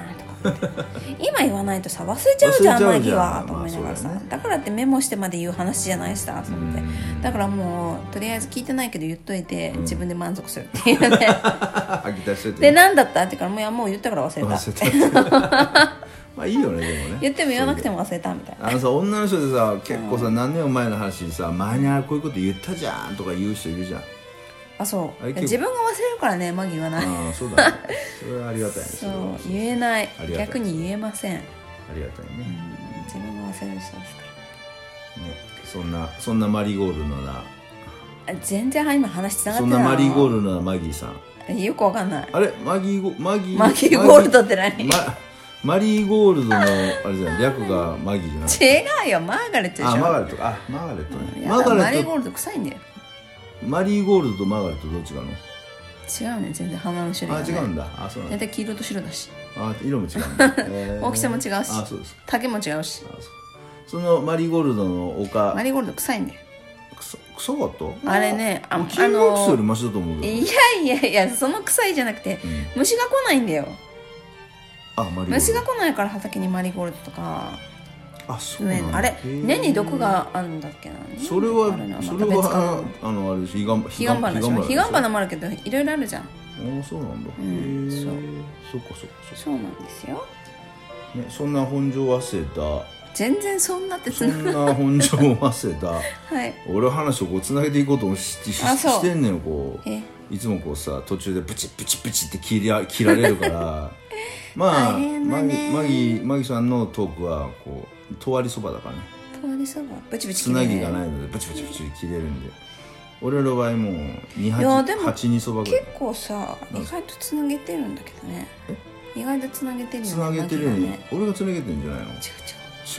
[SPEAKER 1] とか思って今言わないとさ忘れちゃうじゃん
[SPEAKER 2] 忘
[SPEAKER 1] マ
[SPEAKER 2] れ
[SPEAKER 1] ギ
[SPEAKER 2] ちゃう
[SPEAKER 1] ーは
[SPEAKER 2] じゃん
[SPEAKER 1] と思いながらさ、
[SPEAKER 2] まあそうだ
[SPEAKER 1] だ
[SPEAKER 2] ね
[SPEAKER 1] からってメモしてまで言う話じゃないしさと
[SPEAKER 2] う
[SPEAKER 1] 思って
[SPEAKER 2] ん
[SPEAKER 1] だからもうとりあえず聞いてないけど言っといて、自分で満足するっていう
[SPEAKER 2] (laughs)
[SPEAKER 1] ね
[SPEAKER 2] 飽きたしといて
[SPEAKER 1] で
[SPEAKER 2] ね
[SPEAKER 1] 何だったって言うからもういやもう言ったから忘れた
[SPEAKER 2] (laughs) 忘れたまあいいよねでもね
[SPEAKER 1] 言っても言わなくても忘れたみたいな
[SPEAKER 2] あのさ女の人でさ結構さ何年も前の話にさ前にあれこういうこと言ったじゃんとか言う人いるじゃん
[SPEAKER 1] あそう
[SPEAKER 2] あれ結構
[SPEAKER 1] 自分が忘れるからねマギーはない
[SPEAKER 2] ああそう
[SPEAKER 1] (laughs)
[SPEAKER 2] だねそれはありがたいね
[SPEAKER 1] そ
[SPEAKER 2] それ
[SPEAKER 1] う
[SPEAKER 2] は
[SPEAKER 1] 言えない
[SPEAKER 2] ありがたい
[SPEAKER 1] 逆に言えません
[SPEAKER 2] ありがたいね
[SPEAKER 1] 自分が忘れる人ですか
[SPEAKER 2] ねそんなそんなマリーゴールドな
[SPEAKER 1] らあ全然今話つながって
[SPEAKER 2] そ
[SPEAKER 1] なんい
[SPEAKER 2] なマリーゴールドなマギーさん
[SPEAKER 1] ルよくわかんない
[SPEAKER 2] あれマギーゴマギー
[SPEAKER 1] マギーゴールドって何、
[SPEAKER 2] マギーまマリーゴールドのあれじゃない略がマギーじゃな
[SPEAKER 1] (laughs)
[SPEAKER 2] い
[SPEAKER 1] 違うよマーガレットでしょ
[SPEAKER 2] あマーガレットかあマーガレットね
[SPEAKER 1] や
[SPEAKER 2] マー
[SPEAKER 1] だ
[SPEAKER 2] ガ
[SPEAKER 1] マリー
[SPEAKER 2] レッ
[SPEAKER 1] ゴー
[SPEAKER 2] ト
[SPEAKER 1] ルド臭いんだよ
[SPEAKER 2] マリーゴールドとマーガレットどっちがの
[SPEAKER 1] 違うね全然花の種類
[SPEAKER 2] あ
[SPEAKER 1] が、
[SPEAKER 2] 違
[SPEAKER 1] ね、
[SPEAKER 2] うんだあそうなん
[SPEAKER 1] 大
[SPEAKER 2] だ
[SPEAKER 1] 体黄色と白だし
[SPEAKER 2] あ色も違う
[SPEAKER 1] (laughs)
[SPEAKER 2] んだへー
[SPEAKER 1] 大きさも違うし
[SPEAKER 2] あそうです
[SPEAKER 1] 丈も違うし
[SPEAKER 2] あそうそのマリーゴールドの丘
[SPEAKER 1] マリーゴールド臭いんだよ
[SPEAKER 2] くそ臭かった
[SPEAKER 1] あれねあ
[SPEAKER 2] あの
[SPEAKER 1] あ
[SPEAKER 2] 金
[SPEAKER 1] の
[SPEAKER 2] 木犀よりマシだと思うけど、
[SPEAKER 1] いやいやいやその臭いじゃなくて
[SPEAKER 2] うん
[SPEAKER 1] 虫が来ないんだよ
[SPEAKER 2] あマリーゴールド
[SPEAKER 1] 虫が来ないから畑にマリーゴールドとか
[SPEAKER 2] あそうな
[SPEAKER 1] 上
[SPEAKER 2] ん
[SPEAKER 1] の
[SPEAKER 2] だ
[SPEAKER 1] あれ
[SPEAKER 2] へー
[SPEAKER 1] 根に毒があるんだっけな
[SPEAKER 2] それ
[SPEAKER 1] あるな
[SPEAKER 2] は
[SPEAKER 1] また
[SPEAKER 2] そ
[SPEAKER 1] 別か
[SPEAKER 2] れ
[SPEAKER 1] な
[SPEAKER 2] はあのあれです彼岸花
[SPEAKER 1] 彼岸花でしょ彼岸
[SPEAKER 2] あ
[SPEAKER 1] 花もあるけどいろいろあるじゃん
[SPEAKER 2] あそうなんだ
[SPEAKER 1] う
[SPEAKER 2] へ
[SPEAKER 1] ん
[SPEAKER 2] え
[SPEAKER 1] そう
[SPEAKER 2] そっかそっかそ
[SPEAKER 1] そうなんですよ
[SPEAKER 2] っかねそんな本庄早稲
[SPEAKER 1] 全然そんなって
[SPEAKER 2] 田
[SPEAKER 1] つ
[SPEAKER 2] そ
[SPEAKER 1] な
[SPEAKER 2] んな本庄早稲
[SPEAKER 1] (laughs)
[SPEAKER 2] 田
[SPEAKER 1] はい
[SPEAKER 2] 俺は話をこうつなげていこうと思うししし
[SPEAKER 1] あそう
[SPEAKER 2] してんねんこう
[SPEAKER 1] え
[SPEAKER 2] いつもこうさ途中でプチプチプチって切りゃ切られるから
[SPEAKER 1] (laughs)
[SPEAKER 2] まあ
[SPEAKER 1] 大変だ
[SPEAKER 2] マギ
[SPEAKER 1] ね
[SPEAKER 2] マギマギさんのトークはこうとわりそばだからね
[SPEAKER 1] 通りそばブチブチ
[SPEAKER 2] つ
[SPEAKER 1] 切れ
[SPEAKER 2] な
[SPEAKER 1] る
[SPEAKER 2] ぎがないのでプチプチプチ切れるんで俺の場合もう
[SPEAKER 1] いやで
[SPEAKER 2] 28
[SPEAKER 1] も
[SPEAKER 2] 八二そばぐら
[SPEAKER 1] 結
[SPEAKER 2] い
[SPEAKER 1] 構さ意外とつなげてるんだけどね意外とつなげてるよね
[SPEAKER 2] つなげてるよ
[SPEAKER 1] マ
[SPEAKER 2] う
[SPEAKER 1] ギ
[SPEAKER 2] に、
[SPEAKER 1] はね
[SPEAKER 2] 俺がつなげてんじゃないの
[SPEAKER 1] 違う違う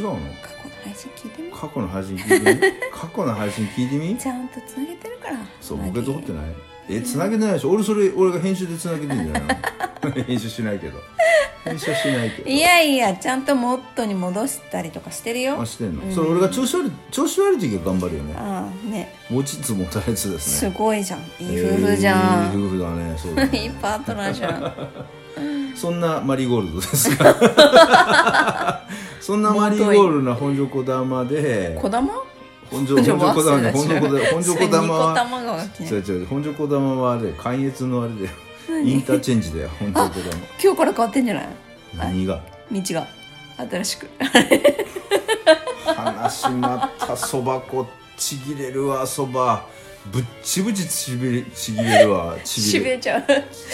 [SPEAKER 2] 違うの
[SPEAKER 1] 過去の配信聞いてみ
[SPEAKER 2] 過去の配信聞
[SPEAKER 1] (laughs)
[SPEAKER 2] いてみ過去の配信聞いてみ
[SPEAKER 1] ちゃんとつなげてるから
[SPEAKER 2] そう
[SPEAKER 1] マギ
[SPEAKER 2] ボケ取ってないえつなげてないでしょ俺それ俺が編集でつなげてんじゃないの (laughs) 編集しないけど編集しないけど
[SPEAKER 1] いやいやちゃんと元に戻したりとかしてるよ
[SPEAKER 2] あしてんの、それ俺が調子悪い調子悪い時は頑張るよね
[SPEAKER 1] ああね
[SPEAKER 2] 持ちつ持たれつです
[SPEAKER 1] す
[SPEAKER 2] ね
[SPEAKER 1] ごいじゃんいい夫婦じゃ
[SPEAKER 2] えー
[SPEAKER 1] ん、
[SPEAKER 2] いい夫婦だねそうだ
[SPEAKER 1] いい (laughs)
[SPEAKER 2] ね
[SPEAKER 1] パートナーじゃ
[SPEAKER 2] (laughs)
[SPEAKER 1] ん
[SPEAKER 2] そんなマリーゴールド
[SPEAKER 1] (laughs)
[SPEAKER 2] ですがそんなマリーゴールドな本所こだまで
[SPEAKER 1] 子玉
[SPEAKER 2] 本所本所こだまね本所こだ
[SPEAKER 1] (laughs)
[SPEAKER 2] 本所こだま
[SPEAKER 1] は
[SPEAKER 2] は
[SPEAKER 1] 玉が起き
[SPEAKER 2] 違う
[SPEAKER 1] ない
[SPEAKER 2] 違う本所こだまはあれ関越のあれだよインターチェンジだよ本所こだ
[SPEAKER 1] (laughs) 今日から変わってんじゃない
[SPEAKER 2] ま何が
[SPEAKER 1] 道が新しく
[SPEAKER 2] 話またそば粉ちぎれるわそばぶっちぶちちびれちぎれるわ
[SPEAKER 1] し
[SPEAKER 2] ち
[SPEAKER 1] び
[SPEAKER 2] びれ
[SPEAKER 1] れちゃう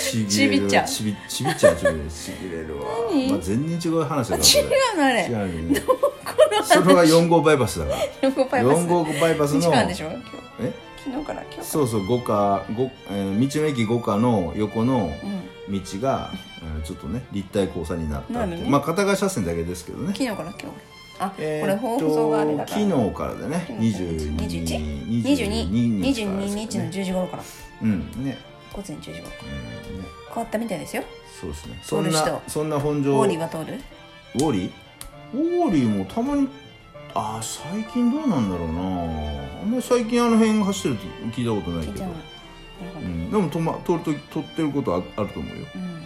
[SPEAKER 2] ち
[SPEAKER 1] ちびっちゃう
[SPEAKER 2] ちびちびっちゃうちびれるちぎれるわ
[SPEAKER 1] 何
[SPEAKER 2] まあ全然違う話だから
[SPEAKER 1] 違うのあれ
[SPEAKER 2] 違うねそれが4号バイパスだから
[SPEAKER 1] 4号パイパス
[SPEAKER 2] 4号バイパス
[SPEAKER 1] 時間
[SPEAKER 2] の
[SPEAKER 1] でしょ今日
[SPEAKER 2] え
[SPEAKER 1] 昨日から今日
[SPEAKER 2] そうそう五か五、えー道の駅五かの横の
[SPEAKER 1] うん
[SPEAKER 2] 道が、えーちょっとね立体交差になったっていう
[SPEAKER 1] なるね
[SPEAKER 2] まあ片側車線だけですけどね
[SPEAKER 1] 昨日から今日あ、
[SPEAKER 2] え
[SPEAKER 1] こ
[SPEAKER 2] ー
[SPEAKER 1] れ
[SPEAKER 2] っと
[SPEAKER 1] 放送があれだから
[SPEAKER 2] 昨日からだね
[SPEAKER 1] 昨日から
[SPEAKER 2] 22
[SPEAKER 1] 21
[SPEAKER 2] 22
[SPEAKER 1] 22
[SPEAKER 2] 日からです
[SPEAKER 1] 22日の
[SPEAKER 2] ね
[SPEAKER 1] 10時頃から
[SPEAKER 2] うんね
[SPEAKER 1] 午前10時頃から
[SPEAKER 2] うんね
[SPEAKER 1] 変わったみたいですよ
[SPEAKER 2] そうですねそ
[SPEAKER 1] 通
[SPEAKER 2] ん
[SPEAKER 1] る人
[SPEAKER 2] なそんな本
[SPEAKER 1] ウ
[SPEAKER 2] 上
[SPEAKER 1] ォーリーは通る
[SPEAKER 2] ウォーリーウォーリーもたまにあー最近どうなんだろうなあんまり最近あの辺走ってるって聞いたことない
[SPEAKER 1] 聞いち
[SPEAKER 2] けど
[SPEAKER 1] ゃうなるほ
[SPEAKER 2] う
[SPEAKER 1] ど
[SPEAKER 2] ん、でもと、ま、通ると撮ってることはああると思うよ
[SPEAKER 1] うん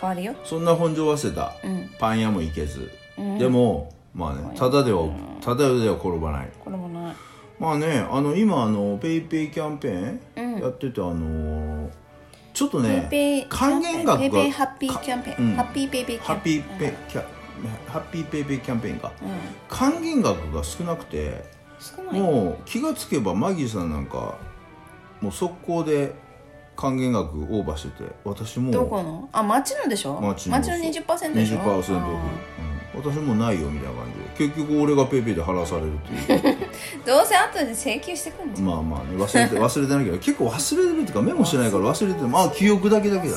[SPEAKER 1] 変わるよ
[SPEAKER 2] そんな本上早稲田
[SPEAKER 1] うん
[SPEAKER 2] パン屋も行けず、
[SPEAKER 1] うん
[SPEAKER 2] でもまあねただではただでは転ばない
[SPEAKER 1] これもない
[SPEAKER 2] まあねあの今あのペイペイキャンペーン
[SPEAKER 1] うん
[SPEAKER 2] やってて、あのーちょっとね
[SPEAKER 1] ペイペイ
[SPEAKER 2] 還元額が
[SPEAKER 1] ペイペイハッピーキャンペーン、
[SPEAKER 2] うん
[SPEAKER 1] ハッピーペイペイキ
[SPEAKER 2] ハ
[SPEAKER 1] ャン
[SPEAKER 2] ッ
[SPEAKER 1] ペ
[SPEAKER 2] ピ
[SPEAKER 1] ーン
[SPEAKER 2] ーペイキャハッピーペイペイキャンペーンか
[SPEAKER 1] うん、うん、
[SPEAKER 2] 還元額が少なくて、
[SPEAKER 1] 少ない
[SPEAKER 2] もう気がつけばマギーさんなんかもう速攻で還元額オーバーしてて私も
[SPEAKER 1] どこのあ町のでしょ
[SPEAKER 2] 町の
[SPEAKER 1] 町の20%でしょ
[SPEAKER 2] 20%オフ、うん私もないよみたいな感じで結局俺がペイペイで払わされるって
[SPEAKER 1] (laughs)
[SPEAKER 2] いう
[SPEAKER 1] うんどうせ後で請求してくるんですよ
[SPEAKER 2] まあまあね忘れて忘れてないけど結構忘れてるっていうかメモしてないから忘れてるまあ記憶だけだけだ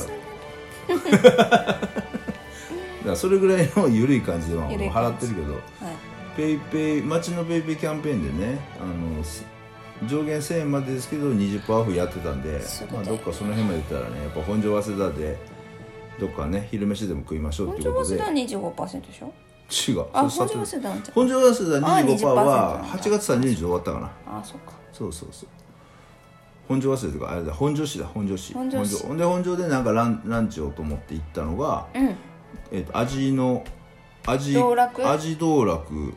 [SPEAKER 1] (laughs)
[SPEAKER 2] だからそれぐらいの緩い感じでまあ
[SPEAKER 1] 緩い
[SPEAKER 2] 払
[SPEAKER 1] 感
[SPEAKER 2] って
[SPEAKER 1] じ
[SPEAKER 2] るけど
[SPEAKER 1] はい
[SPEAKER 2] ペイペイ町のペイペイキャンペーンでねあのす上限1000円までですけど20%オフやってたんです
[SPEAKER 1] ごい
[SPEAKER 2] まあ、どっかその辺まで行ったらねやっぱ本庄早稲田でどっかね昼飯でも食いましょうっ
[SPEAKER 1] 本
[SPEAKER 2] ていう
[SPEAKER 1] 庄
[SPEAKER 2] こと
[SPEAKER 1] 早
[SPEAKER 2] で
[SPEAKER 1] 稲田は25%でしょ
[SPEAKER 2] 違う
[SPEAKER 1] あ
[SPEAKER 2] そ
[SPEAKER 1] 本
[SPEAKER 2] れ
[SPEAKER 1] 庄
[SPEAKER 2] さ
[SPEAKER 1] 早稲田なんじゃ
[SPEAKER 2] 本庄早稲田
[SPEAKER 1] あ
[SPEAKER 2] 25%
[SPEAKER 1] 20%
[SPEAKER 2] は8月30日で終わったかな
[SPEAKER 1] あそっか
[SPEAKER 2] そうそうそう本庄早稲田とかあれだ本庄市だ本庄市
[SPEAKER 1] 本庄市
[SPEAKER 2] ほんで本庄でなんかランランチをと思って行ったのが、
[SPEAKER 1] うん
[SPEAKER 2] えっと味の味
[SPEAKER 1] 道楽
[SPEAKER 2] 味道楽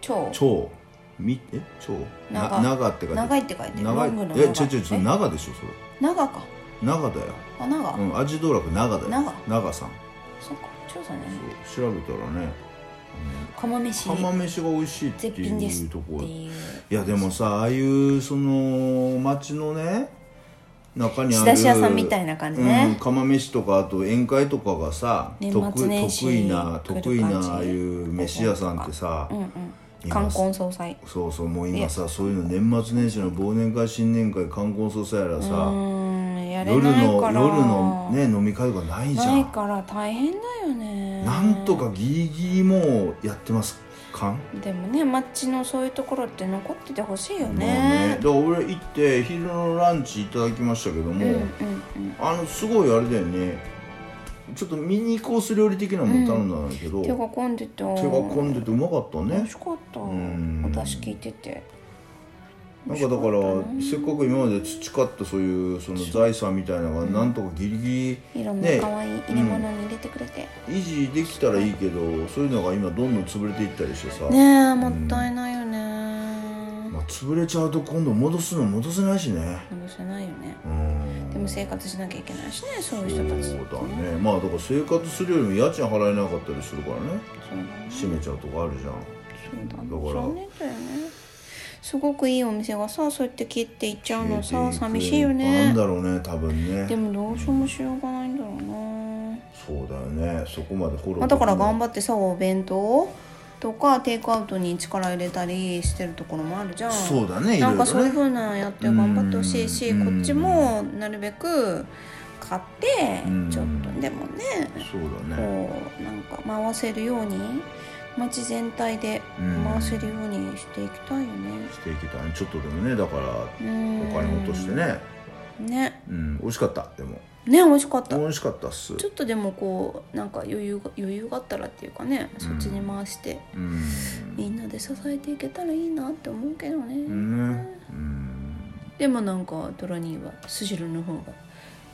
[SPEAKER 1] 超
[SPEAKER 2] 長みえ長
[SPEAKER 1] 長
[SPEAKER 2] な長って書いてある
[SPEAKER 1] 長いって書いてる
[SPEAKER 2] 長い
[SPEAKER 1] ロングの
[SPEAKER 2] え違う
[SPEAKER 1] 長
[SPEAKER 2] 違う違う
[SPEAKER 1] え
[SPEAKER 2] 長でしょそれ
[SPEAKER 1] 長か
[SPEAKER 2] 長だよ
[SPEAKER 1] あ長、
[SPEAKER 2] うん味道楽長だよ
[SPEAKER 1] 長
[SPEAKER 2] 長さん
[SPEAKER 1] そっか超さね
[SPEAKER 2] そう調べたらね
[SPEAKER 1] 釜飯
[SPEAKER 2] 釜飯が美味しいって
[SPEAKER 1] 絶品で
[SPEAKER 2] い
[SPEAKER 1] す
[SPEAKER 2] うとこ
[SPEAKER 1] っ
[SPEAKER 2] ろ
[SPEAKER 1] ていう
[SPEAKER 2] いやでもさああいうその町のね中にあ
[SPEAKER 1] 仕
[SPEAKER 2] る
[SPEAKER 1] 出し屋さんみたいな感じね
[SPEAKER 2] うん、釜飯とかあと宴会とかがさ
[SPEAKER 1] 年
[SPEAKER 2] 得
[SPEAKER 1] 末年始
[SPEAKER 2] 得意な
[SPEAKER 1] 来る感じ
[SPEAKER 2] 得意なああいう飯屋さんってさ、
[SPEAKER 1] うんうん
[SPEAKER 2] 今
[SPEAKER 1] 冠婚葬祭
[SPEAKER 2] そうそうもう今さそういうの年末年始の忘年会新年会冠婚葬祭やら
[SPEAKER 1] う
[SPEAKER 2] さ、
[SPEAKER 1] ーんやれ
[SPEAKER 2] 夜
[SPEAKER 1] な
[SPEAKER 2] の
[SPEAKER 1] いから
[SPEAKER 2] 夜のね飲み会がないじゃ
[SPEAKER 1] ない
[SPEAKER 2] ん
[SPEAKER 1] から大変だよね
[SPEAKER 2] なんとかギリギリもうやってますかん
[SPEAKER 1] でもね街のそういうところって残っててほしいよ
[SPEAKER 2] もう
[SPEAKER 1] ね
[SPEAKER 2] だから俺行って昼のランチいただきましたけども、
[SPEAKER 1] うんうんうん
[SPEAKER 2] あのすごいあれだよねちょっとミニコース料理的なもの頼んだんだけど、
[SPEAKER 1] 手
[SPEAKER 2] 手
[SPEAKER 1] が
[SPEAKER 2] が
[SPEAKER 1] 込んでた
[SPEAKER 2] 込んでてうまかった
[SPEAKER 1] 美
[SPEAKER 2] ね
[SPEAKER 1] 味しかった
[SPEAKER 2] ん
[SPEAKER 1] お出汁聞いてて
[SPEAKER 2] なんかだからせっかく今まで培ったそういうその財産みたいなのがなんとかギリギリ
[SPEAKER 1] いろんな
[SPEAKER 2] ね
[SPEAKER 1] 可愛い入れ物に入れてくれて
[SPEAKER 2] 維持できたらいいけど、そういうのが今どんどん潰れていったりしてさ、
[SPEAKER 1] ねえもったいないよね
[SPEAKER 2] まあ、潰れちゃうと今度戻すの戻せないしね
[SPEAKER 1] 戻せないよね
[SPEAKER 2] うん
[SPEAKER 1] でも生活しなきゃいけないしねそう
[SPEAKER 2] そ
[SPEAKER 1] いうう人たちそう
[SPEAKER 2] だねまあだから生活するよりも家賃払えなかったりするからね
[SPEAKER 1] だね
[SPEAKER 2] 閉めちゃうとこあるじゃん
[SPEAKER 1] そうだね
[SPEAKER 2] だから
[SPEAKER 1] 残念だよねすごくいいお店がさそうやって切っていっちゃうの
[SPEAKER 2] 消え
[SPEAKER 1] さ
[SPEAKER 2] ていく
[SPEAKER 1] 寂しいよ
[SPEAKER 2] なん
[SPEAKER 1] ね
[SPEAKER 2] だろうね多分ね
[SPEAKER 1] でもどうしようもしようがないんだろうな
[SPEAKER 2] そうだよねそこまでフォロー
[SPEAKER 1] まあだから
[SPEAKER 2] できない
[SPEAKER 1] 頑張ってさお弁当をとかテイクアウトに力入れたりしてるところもあるじゃん
[SPEAKER 2] そうだねい
[SPEAKER 1] な
[SPEAKER 2] ろ
[SPEAKER 1] い
[SPEAKER 2] ろ
[SPEAKER 1] ん
[SPEAKER 2] ね
[SPEAKER 1] かそういうふうなやって頑張ってほしいし
[SPEAKER 2] うん
[SPEAKER 1] こっちもなるべく買って
[SPEAKER 2] うん
[SPEAKER 1] ちょっとでもね
[SPEAKER 2] そうだね
[SPEAKER 1] こうなんか回せるように街全体で
[SPEAKER 2] うん
[SPEAKER 1] 回せるようにしていきたいよね。
[SPEAKER 2] していけたねちょっとでもねだから
[SPEAKER 1] お
[SPEAKER 2] お金落としてね
[SPEAKER 1] ね
[SPEAKER 2] うん美味しかったでも
[SPEAKER 1] ね美味しかった
[SPEAKER 2] 美味しかったっす
[SPEAKER 1] ちょっとでもこうなんか余裕が余裕があったらっていうかねそっちに回して、
[SPEAKER 2] うん
[SPEAKER 1] みんなで支えていけたらいいなって思うけどね、
[SPEAKER 2] うんねうん
[SPEAKER 1] でもなんかトロニーはスシローの方が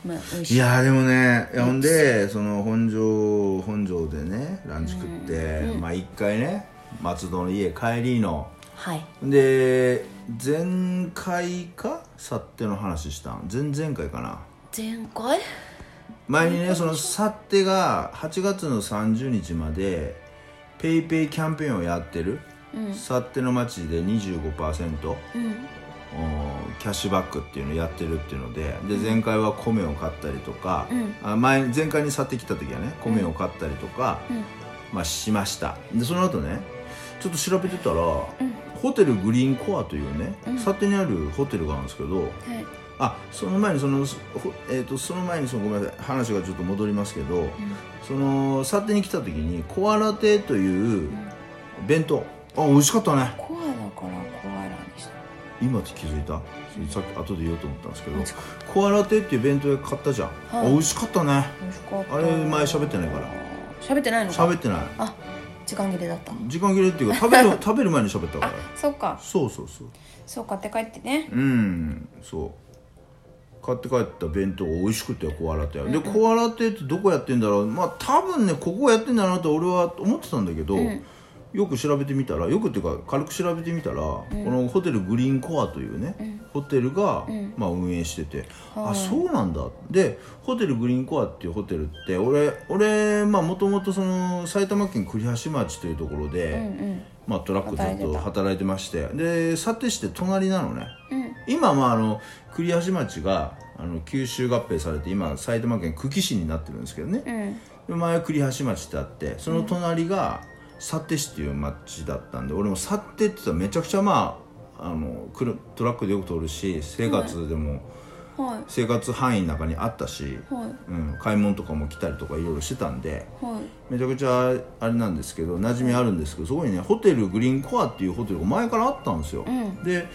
[SPEAKER 1] まあ美味しい
[SPEAKER 2] いやーでもねいやほんでその本庄本庄でねランチ食って、まあ一回ね松戸の家帰りの
[SPEAKER 1] はい
[SPEAKER 2] で前回か去っての話したん前々回かな
[SPEAKER 1] 前回
[SPEAKER 2] 前にねその去ってが8月の30日までペイペイキャンペーンをやってる、去っての街で25%、
[SPEAKER 1] うん
[SPEAKER 2] うんキャッシュバックっていうのをやってるっていうのでで前回は米を買ったりとか、
[SPEAKER 1] うん
[SPEAKER 2] あ前前回に去ってきた時はね米を買ったりとか、
[SPEAKER 1] うん
[SPEAKER 2] まあ、しましたでその後ねちょっと調べてたら、ホテルグリーンコアというね、去ってにあるホテルがあるんですけど
[SPEAKER 1] はい
[SPEAKER 2] あその前にその、ほえー、とその前にそのごめんなさい話がちょっと戻りますけど、その去ってに来た時にコアラ亭という弁当あ美味しかったね
[SPEAKER 1] コアだからコアラにした
[SPEAKER 2] 今って気づいたさっき後で言おうと思ったんですけど
[SPEAKER 1] マジか
[SPEAKER 2] コアラ亭っていう弁当屋買ったじゃん、
[SPEAKER 1] はい
[SPEAKER 2] あ美味しかったね
[SPEAKER 1] 美味しかった
[SPEAKER 2] あれ前喋ってないから
[SPEAKER 1] 喋ってないのか
[SPEAKER 2] 喋ってない
[SPEAKER 1] あ時間切れだった
[SPEAKER 2] 時間切れっていうか食
[SPEAKER 1] (laughs)
[SPEAKER 2] べる食べる前に喋ったから
[SPEAKER 1] そっか
[SPEAKER 2] そうそうそう
[SPEAKER 1] そうかって帰ってね
[SPEAKER 2] うんそう買って帰った弁当が美味しくてコアラ亭、でコアラ亭ってどこやってんだろうまあ多分ねここやってんだなと俺は思ってたんだけど、よく調べてみたらよくっていうか軽く調べてみたら、このホテルグリーンコアというね、ホテルが、まあ、運営してて、あそうなんだでホテルグリーンコアっていうホテルって俺俺まあもともとその埼玉県栗橋町というところで、まあ、トラックずっと働いてましてでさてして隣なのね、今まああの栗橋町があの九州合併されて今埼玉県久喜市になってるんですけどね、
[SPEAKER 1] うん
[SPEAKER 2] で前栗橋町ってあってその隣が幸手市っていう町だったんで、俺も幸手って言ったらめちゃくちゃまああのくるトラックでよく通るし生活でも、
[SPEAKER 1] は
[SPEAKER 2] 生活範囲の中にあったし、
[SPEAKER 1] いはい
[SPEAKER 2] うん、買い物とかも来たりとかいろいろしてたんで
[SPEAKER 1] はい
[SPEAKER 2] めちゃくちゃあれなんですけど馴染みあるんですけどそこにねホテルグリーンコアっていうホテルが前からあったんですよ、
[SPEAKER 1] ん
[SPEAKER 2] で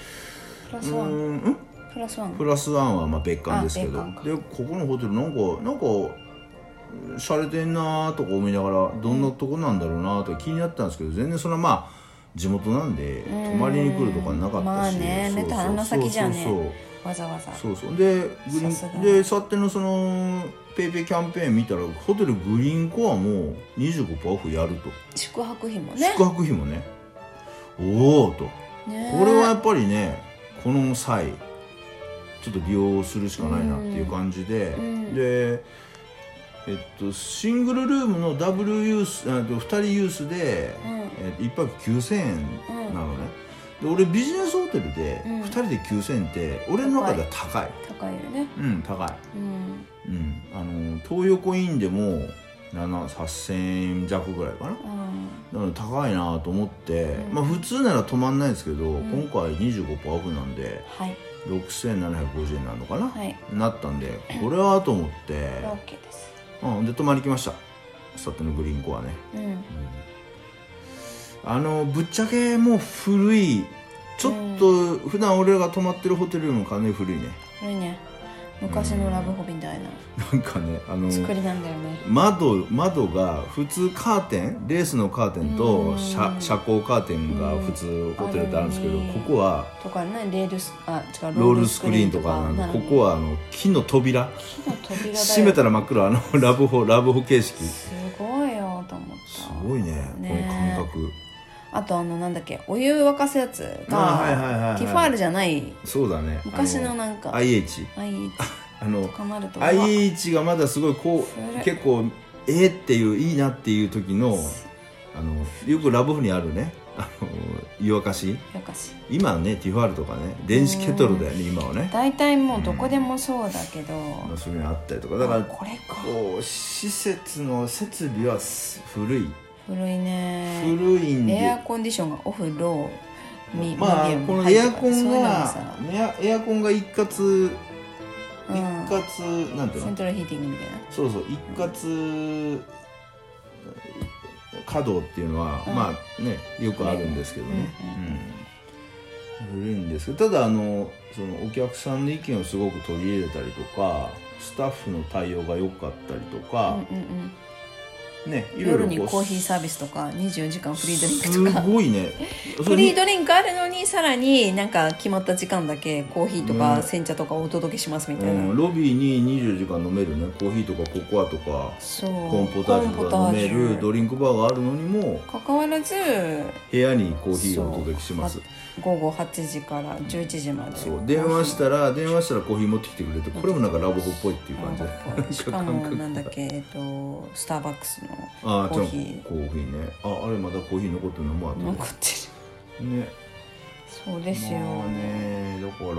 [SPEAKER 1] プラ
[SPEAKER 2] う
[SPEAKER 1] スワ
[SPEAKER 2] ー
[SPEAKER 1] ン
[SPEAKER 2] んん
[SPEAKER 1] プラスワン
[SPEAKER 2] プラスワンはまあ別館ですけど
[SPEAKER 1] あ別館
[SPEAKER 2] でここのホテルなんかなんか洒落てんなーとか思いながらどんなとこなんだろうなーとか気になってたんですけど全然それはまあ地元なんで泊まりに来るとかなかったし
[SPEAKER 1] まあね
[SPEAKER 2] そうそう
[SPEAKER 1] 目と鼻の先じゃね
[SPEAKER 2] そうそうそう
[SPEAKER 1] わざわざ
[SPEAKER 2] そうそうでグリ
[SPEAKER 1] さすが
[SPEAKER 2] ーンで去ってのそのペイペイキャンペーン見たらホテルグリーンコアも25%オフやると、
[SPEAKER 1] 宿泊費もね
[SPEAKER 2] 宿泊費もねおおと
[SPEAKER 1] ね
[SPEAKER 2] これはやっぱりねこの際ちょっと利用するしかないなっていう感じで、
[SPEAKER 1] うん
[SPEAKER 2] でえっとシングルルームのダブルユースあと2人ユースで、
[SPEAKER 1] うん
[SPEAKER 2] えっと1泊9000円なのね、で俺ビジネスホテルで
[SPEAKER 1] うん
[SPEAKER 2] 2人で9000円って俺の中では高い
[SPEAKER 1] 高いよね
[SPEAKER 2] うん高い
[SPEAKER 1] うん
[SPEAKER 2] うんあの東横インでも7 8000円弱ぐらいかな
[SPEAKER 1] うん
[SPEAKER 2] なので高いなと思って、まあ普通なら止まんないですけど、今回25%オフなんで
[SPEAKER 1] はい
[SPEAKER 2] 6750円なのかな、
[SPEAKER 1] はい
[SPEAKER 2] なったんでこれはと思って、
[SPEAKER 1] これは OK です
[SPEAKER 2] うん、で泊まり来ましたスタッテのグリーンコアね
[SPEAKER 1] うん
[SPEAKER 2] あのぶっちゃけもう古いちょっと普段俺らが泊まってるホテルよりもかなり古いね
[SPEAKER 1] これね昔のラブホみたいな
[SPEAKER 2] なんかねあの
[SPEAKER 1] 作りなんだよね
[SPEAKER 2] 窓窓が普通カーテンレースのカーテン
[SPEAKER 1] う
[SPEAKER 2] と
[SPEAKER 1] ん
[SPEAKER 2] 遮遮光カーテンが普通ホテルってあるんですけど
[SPEAKER 1] うん
[SPEAKER 2] ここは
[SPEAKER 1] とかねレールスあ違う
[SPEAKER 2] ロールスクリーンとかなんでここ
[SPEAKER 1] は
[SPEAKER 2] はあの木の扉
[SPEAKER 1] 木の扉だよ
[SPEAKER 2] 閉めたら真っ黒あの (laughs) ラブホラブホ形式す
[SPEAKER 1] すごいよと思った
[SPEAKER 2] ごいね
[SPEAKER 1] ね
[SPEAKER 2] この感覚
[SPEAKER 1] あとあのなんだっけお湯沸かすやつ
[SPEAKER 2] あはいはいはいは
[SPEAKER 1] が
[SPEAKER 2] い
[SPEAKER 1] ティファールじゃない
[SPEAKER 2] そうだね
[SPEAKER 1] 昔のなん
[SPEAKER 2] あ
[SPEAKER 1] か
[SPEAKER 2] IH
[SPEAKER 1] あいい
[SPEAKER 2] あの
[SPEAKER 1] 捕まるとか
[SPEAKER 2] IH がまだすごいこ
[SPEAKER 1] 古いう
[SPEAKER 2] 結構ええっていういいなっていう時のあのよくラブホにあるねあの湯沸かし
[SPEAKER 1] やかし
[SPEAKER 2] 今はねティファールとかね電子ケトルだよね今はね
[SPEAKER 1] 大体もうどこでもそうだけど
[SPEAKER 2] まあそういうのあったりとかだから
[SPEAKER 1] これか
[SPEAKER 2] こう施設の設備はす古い
[SPEAKER 1] 古いね
[SPEAKER 2] 古いんで
[SPEAKER 1] エアコンディションがオフローミ
[SPEAKER 2] まあ
[SPEAKER 1] ミディアム
[SPEAKER 2] この
[SPEAKER 1] ハイ
[SPEAKER 2] エ
[SPEAKER 1] とか
[SPEAKER 2] ア
[SPEAKER 1] そ
[SPEAKER 2] コ
[SPEAKER 1] ういう
[SPEAKER 2] ン
[SPEAKER 1] の
[SPEAKER 2] が
[SPEAKER 1] さ
[SPEAKER 2] エアエアコンが一括一
[SPEAKER 1] うん
[SPEAKER 2] 括なんていう
[SPEAKER 1] セン
[SPEAKER 2] の
[SPEAKER 1] トラルヒーティングみたいな
[SPEAKER 2] そうそう一括稼働っていうのは、
[SPEAKER 1] うん
[SPEAKER 2] まあねよくあるんですけどね、うん古いんですけどただあのそのお客さんの意見をすごく取り入れたりとかスタッフの対応が良かったりとか、
[SPEAKER 1] うんうんうん
[SPEAKER 2] ねいろいろ
[SPEAKER 1] 夜に
[SPEAKER 2] こう
[SPEAKER 1] コーヒーサービスとか24時間フリードリンクとか
[SPEAKER 2] すご
[SPEAKER 1] (laughs)
[SPEAKER 2] いね
[SPEAKER 1] フリードリンクあるのにさらになんか決まった時間だけコーヒーと
[SPEAKER 2] うん
[SPEAKER 1] か煎茶とかをお届けしますみたいな、
[SPEAKER 2] うん、ロビーに24時間飲めるねコーヒーとかココアとか
[SPEAKER 1] そう
[SPEAKER 2] コーンポタージ
[SPEAKER 1] コーンポ
[SPEAKER 2] ュ
[SPEAKER 1] タ
[SPEAKER 2] が
[SPEAKER 1] ー
[SPEAKER 2] 飲め
[SPEAKER 1] ジ
[SPEAKER 2] るド
[SPEAKER 1] ュ
[SPEAKER 2] リンクバーがあるのにも
[SPEAKER 1] かかわらず
[SPEAKER 2] 部屋にコーヒーをお届けします
[SPEAKER 1] そう午後8時から11時まで
[SPEAKER 2] そう電話したら電話したらコーヒー持ってきてくれてこれもなんかラボホっぽいっていう感じで
[SPEAKER 1] し
[SPEAKER 2] (laughs)
[SPEAKER 1] かもなんだっけえっとスターバックスの
[SPEAKER 2] ああ
[SPEAKER 1] コ
[SPEAKER 2] じゃ
[SPEAKER 1] ー
[SPEAKER 2] あ
[SPEAKER 1] ヒー
[SPEAKER 2] コーヒーねああれまだコーヒー残ってるのもあ
[SPEAKER 1] 残っ
[SPEAKER 2] って
[SPEAKER 1] る
[SPEAKER 2] てね
[SPEAKER 1] そうですよ、
[SPEAKER 2] まあねだから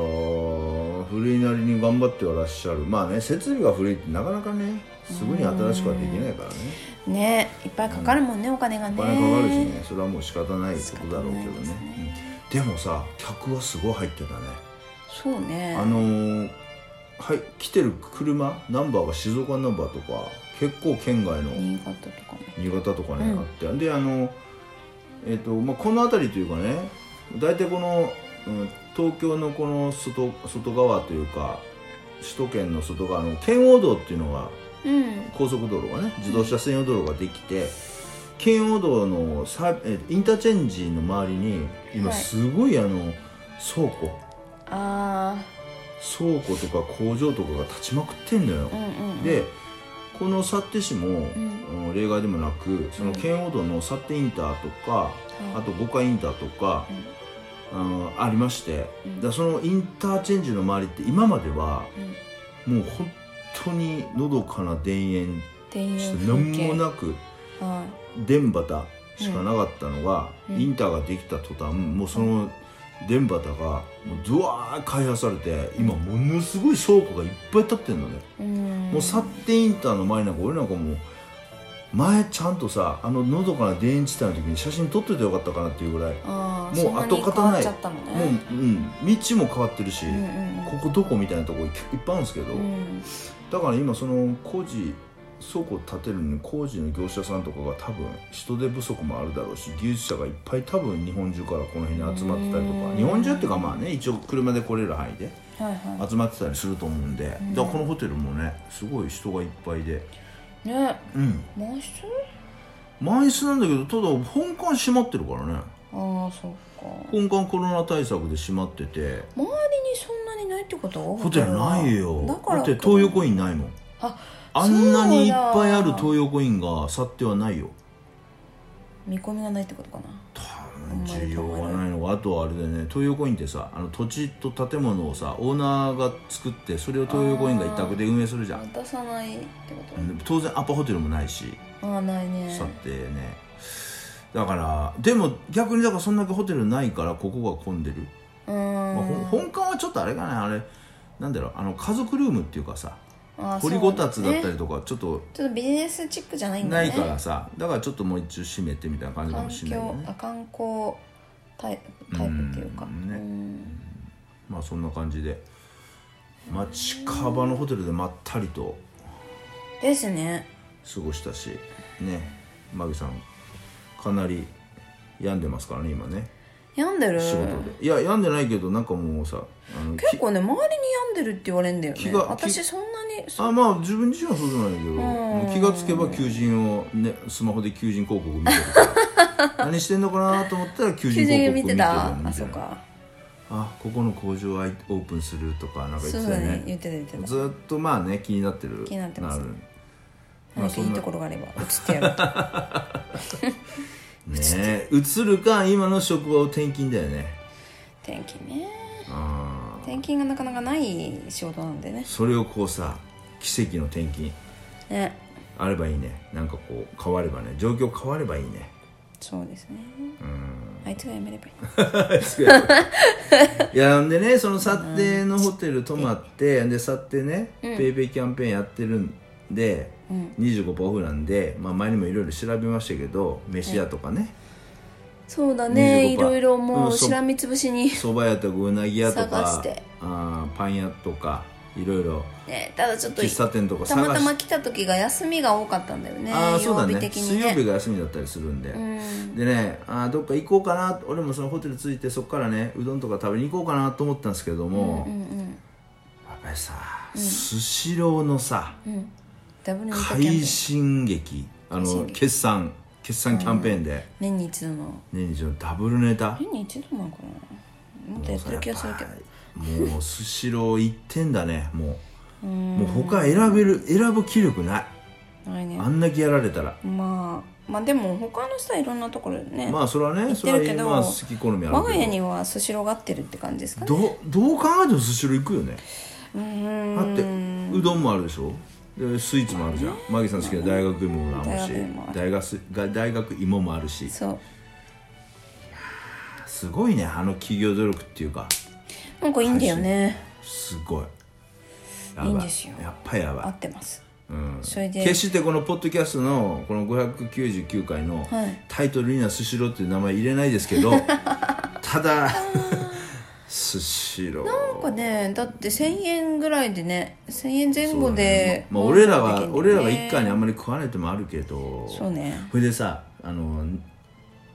[SPEAKER 2] 古いなりに頑張ってはらっしゃるまあね設備が古いってなかなかねすぐに新しくはできないからね
[SPEAKER 1] ねいっぱいかかるもんね、お金がね
[SPEAKER 2] お金かかるしねそれはもう仕方ないことだろ
[SPEAKER 1] 仕方ないで
[SPEAKER 2] うけど
[SPEAKER 1] す
[SPEAKER 2] ね
[SPEAKER 1] ね
[SPEAKER 2] うんでもさ客はすごい入ってたね
[SPEAKER 1] そうね
[SPEAKER 2] あのーはい、来てる車ナンバーが静岡ナンバーとか結構県外の
[SPEAKER 1] 新潟とかも
[SPEAKER 2] 新潟とかね、
[SPEAKER 1] うん
[SPEAKER 2] あってであの、えっとまあ、この辺りというかね大体この、うん、東京のこの外外側というか首都圏の外側の圏央道っていうのが
[SPEAKER 1] うん
[SPEAKER 2] 高速道路がね自動車専用道路ができて圏央道のサーえーインターチェンジの周りに今
[SPEAKER 1] はい
[SPEAKER 2] すごい、あの倉庫
[SPEAKER 1] あ
[SPEAKER 2] 倉庫とか工場とかが立ちまくってんのよ
[SPEAKER 1] あう、んうんうん
[SPEAKER 2] でこの幸手市も、
[SPEAKER 1] ん
[SPEAKER 2] うん例外でもなくその圏央道の幸手インターとか、あと五花インターとか、うんありまして、
[SPEAKER 1] うん
[SPEAKER 2] だからそのインターチェンジの周りって今までは
[SPEAKER 1] うん
[SPEAKER 2] もう本当にのどかな田園
[SPEAKER 1] 田園
[SPEAKER 2] して
[SPEAKER 1] 風
[SPEAKER 2] 何
[SPEAKER 1] 景
[SPEAKER 2] もなく
[SPEAKER 1] は
[SPEAKER 2] 電端しかなかったのが、
[SPEAKER 1] うん
[SPEAKER 2] インターができた途端もうその電端がもうドワーッ開発されて今ものすごい倉庫がいっぱい建ってんのね、
[SPEAKER 1] いうん
[SPEAKER 2] もうサッテインターの前なんか俺なんかもう前ちゃんとさあののどかな田園地帯の時に写真撮っといてよかったかなっていうぐらい、
[SPEAKER 1] あ
[SPEAKER 2] もう跡形
[SPEAKER 1] そんに変わ
[SPEAKER 2] ない
[SPEAKER 1] っちゃったのね
[SPEAKER 2] もう、うん、道も変わってるし、
[SPEAKER 1] うんうんうん
[SPEAKER 2] ここどこみたいなとこいっぱいあるんですけど、
[SPEAKER 1] うん
[SPEAKER 2] だから今その工事倉庫建てるのに工事の業者さんとかが多分人手不足もあるだろうし技術者がいっぱい多分日本中からこの辺に集まってたりと
[SPEAKER 1] う
[SPEAKER 2] か
[SPEAKER 1] ん
[SPEAKER 2] 日本中っていうかまあね一応車で来れる範囲で
[SPEAKER 1] はいは
[SPEAKER 2] 集まってたりすると思うんでだからこのホテルもねすごい人がいっぱいで
[SPEAKER 1] いね
[SPEAKER 2] うん
[SPEAKER 1] 満室
[SPEAKER 2] 満室なんだけどただ本館閉まってるからね
[SPEAKER 1] ああそっか
[SPEAKER 2] 本館コロナ対策で閉まってて
[SPEAKER 1] 周りにそんなにないってこと
[SPEAKER 2] ホテルないよ
[SPEAKER 1] だから
[SPEAKER 2] だって東横インないもん
[SPEAKER 1] あ
[SPEAKER 2] あんなにいっぱい
[SPEAKER 1] そ
[SPEAKER 2] あ
[SPEAKER 1] う
[SPEAKER 2] る
[SPEAKER 1] だ
[SPEAKER 2] 東横インが去ってはないよ
[SPEAKER 1] 見込みがないってことかな
[SPEAKER 2] 多分需要がないのかあとはあれだよね東横インってさあの土地と建物をさオーナーが作ってそれを東横インが委託で運営するじゃん
[SPEAKER 1] 渡さないってこ
[SPEAKER 2] で当然アパホテルもないし
[SPEAKER 1] とああないね
[SPEAKER 2] 去ってねだからでも逆にだからそんだけホテルないからここが混んでる
[SPEAKER 1] うーん、
[SPEAKER 2] まあ、ほん本館はちょっとあれかなあれなんだろうあの家族ルームっていうかさ
[SPEAKER 1] ああ
[SPEAKER 2] 掘りごたつだった
[SPEAKER 1] そうね
[SPEAKER 2] りとかちょっと
[SPEAKER 1] ちょっとビジネスチックじゃないんだ
[SPEAKER 2] な
[SPEAKER 1] ね
[SPEAKER 2] いからさだからちょっともう一応閉めてみたいな感じかも
[SPEAKER 1] 環
[SPEAKER 2] しれない
[SPEAKER 1] 境
[SPEAKER 2] よね
[SPEAKER 1] あ観光タイタイプっていうか
[SPEAKER 2] うんね
[SPEAKER 1] うん
[SPEAKER 2] まあそんな感じでまあ近場のホテルでまったりと
[SPEAKER 1] ですね
[SPEAKER 2] 過ごしたしねマギさんかなり病んでますからね今ね
[SPEAKER 1] 病んでる
[SPEAKER 2] 仕事でいや病んでないけどなんかもうさあの
[SPEAKER 1] 結構ね周りに病んでるって言われるんだよ
[SPEAKER 2] 気
[SPEAKER 1] ね
[SPEAKER 2] が
[SPEAKER 1] 私そんなにそ
[SPEAKER 2] あまあ自分自身はそうじゃないけどもう気がつけば求人を、ね、スマホで求人広告見
[SPEAKER 1] (laughs)
[SPEAKER 2] てるから何してんのかなと思ったら求人
[SPEAKER 1] 求
[SPEAKER 2] 広
[SPEAKER 1] 人
[SPEAKER 2] 告
[SPEAKER 1] 見
[SPEAKER 2] 見て
[SPEAKER 1] て
[SPEAKER 2] る
[SPEAKER 1] た
[SPEAKER 2] み
[SPEAKER 1] あ
[SPEAKER 2] た
[SPEAKER 1] そ
[SPEAKER 2] いうな
[SPEAKER 1] か
[SPEAKER 2] あここの工場あいオープンするとかなんか言
[SPEAKER 1] そ
[SPEAKER 2] っ
[SPEAKER 1] う
[SPEAKER 2] てた
[SPEAKER 1] だ
[SPEAKER 2] よ
[SPEAKER 1] ね
[SPEAKER 2] ね
[SPEAKER 1] 言ってた言ってた
[SPEAKER 2] ずっとまあね気になってる
[SPEAKER 1] 気になってます
[SPEAKER 2] るまあ
[SPEAKER 1] 何か
[SPEAKER 2] そ
[SPEAKER 1] い
[SPEAKER 2] ん
[SPEAKER 1] い
[SPEAKER 2] な
[SPEAKER 1] ところがあれば映って
[SPEAKER 2] (laughs)
[SPEAKER 1] やると
[SPEAKER 2] ね移るか今の職場を転勤だよね
[SPEAKER 1] 転勤ね
[SPEAKER 2] あー
[SPEAKER 1] 転勤がなかなかない仕事なんでね
[SPEAKER 2] それをこうさ奇跡の転勤
[SPEAKER 1] ね
[SPEAKER 2] あればいいねなんかこう変わればね状況変わればいいね (laughs)
[SPEAKER 1] そうですねあいつが辞めればいい
[SPEAKER 2] いやんでねその幸手のホテル泊まってで幸手ね、ペイペイキャンペーンやってるんで、
[SPEAKER 1] うん
[SPEAKER 2] 25%オフなんで、まあ、前にもいろいろ調べましたけど飯屋とかね
[SPEAKER 1] そうだねい
[SPEAKER 2] 25%
[SPEAKER 1] ろいろも
[SPEAKER 2] う
[SPEAKER 1] うん
[SPEAKER 2] そ
[SPEAKER 1] しらみつぶしに、
[SPEAKER 2] そば屋とかうなぎ屋と
[SPEAKER 1] 探し
[SPEAKER 2] か
[SPEAKER 1] て
[SPEAKER 2] あーパン屋とかいろいろ
[SPEAKER 1] ね、ただちょっと
[SPEAKER 2] 喫茶店とか
[SPEAKER 1] た
[SPEAKER 2] 探
[SPEAKER 1] ま
[SPEAKER 2] して
[SPEAKER 1] ま来た時が休みが多かったんだよね
[SPEAKER 2] ああそうだ
[SPEAKER 1] 曜
[SPEAKER 2] ね
[SPEAKER 1] 日的に
[SPEAKER 2] 水曜
[SPEAKER 1] ね
[SPEAKER 2] 日が休みだったりするんで、
[SPEAKER 1] うん
[SPEAKER 2] でねあーどっか行こうかな俺もそのホテル着いてそこからねうどんとか食べに行こうかなと思ったんですけども、
[SPEAKER 1] うんうん
[SPEAKER 2] やっぱりさスシローのさ、
[SPEAKER 1] うんダブルネタキャンペー
[SPEAKER 2] 快
[SPEAKER 1] ン
[SPEAKER 2] 進撃あの決算決算キャンペーンで、
[SPEAKER 1] 年に一度の
[SPEAKER 2] 年中のダブルネタ
[SPEAKER 1] 年に一度なのかなもっとやってる気がするけど
[SPEAKER 2] もうスシロー一点だねもうもう他選べる選ぶ気力ない
[SPEAKER 1] ないね
[SPEAKER 2] あんだけやられたら、
[SPEAKER 1] まあまあでも他の人はいろんなところでね、
[SPEAKER 2] まあそれはね
[SPEAKER 1] 行っ
[SPEAKER 2] そ
[SPEAKER 1] て
[SPEAKER 2] れは
[SPEAKER 1] るけど、
[SPEAKER 2] まあ好き好みあるけど
[SPEAKER 1] 我が家にはスシローが合ってるって感じですかね
[SPEAKER 2] どどう考えてもスシロー行くよね
[SPEAKER 1] うーん
[SPEAKER 2] だってうどんもあるでしょでスイーツもあるじゃんマギさん好きな大学芋もあるし
[SPEAKER 1] 大学芋もある
[SPEAKER 2] 大学す大学芋もあるし
[SPEAKER 1] そう
[SPEAKER 2] すごいねあの企業努力っていうか
[SPEAKER 1] なんかいいんだよね
[SPEAKER 2] すごいやば
[SPEAKER 1] いいんですよ
[SPEAKER 2] やっぱやば
[SPEAKER 1] 合
[SPEAKER 2] い
[SPEAKER 1] ってます
[SPEAKER 2] うん
[SPEAKER 1] それで
[SPEAKER 2] 決してこのポッドキャストのこの599回の
[SPEAKER 1] はい
[SPEAKER 2] タイトルには「スシロー」っていう名前入れないですけ
[SPEAKER 1] (laughs)
[SPEAKER 2] どただ (laughs) スシロー
[SPEAKER 1] なんかねだって1000円ぐらいでね1000円前後で、
[SPEAKER 2] まあ、俺ら
[SPEAKER 1] 満足できるんだ
[SPEAKER 2] は
[SPEAKER 1] よね
[SPEAKER 2] 俺らは一家にあんまり食われてもあるけど
[SPEAKER 1] そうね
[SPEAKER 2] それでさあの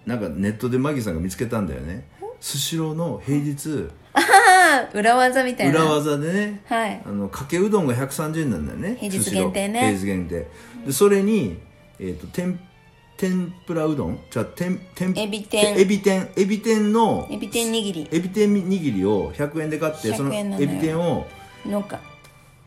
[SPEAKER 2] なんかネットでマギさんが見つけたんだよねスシローの平日
[SPEAKER 1] ああ裏技みたいな
[SPEAKER 2] 裏技でね
[SPEAKER 1] はい
[SPEAKER 2] あのかけうどんが130円なんだよね
[SPEAKER 1] 平日
[SPEAKER 2] スシロ
[SPEAKER 1] 限
[SPEAKER 2] ー
[SPEAKER 1] 定ね
[SPEAKER 2] 平日限定でそれに、えー、と天天ぷらうどんじゃあ天天
[SPEAKER 1] エビ天
[SPEAKER 2] エビ天エビ天の
[SPEAKER 1] エビ天握り
[SPEAKER 2] エビ天握りを100円で買ってその
[SPEAKER 1] 100円なの
[SPEAKER 2] エ
[SPEAKER 1] よ
[SPEAKER 2] ビ天を
[SPEAKER 1] なんか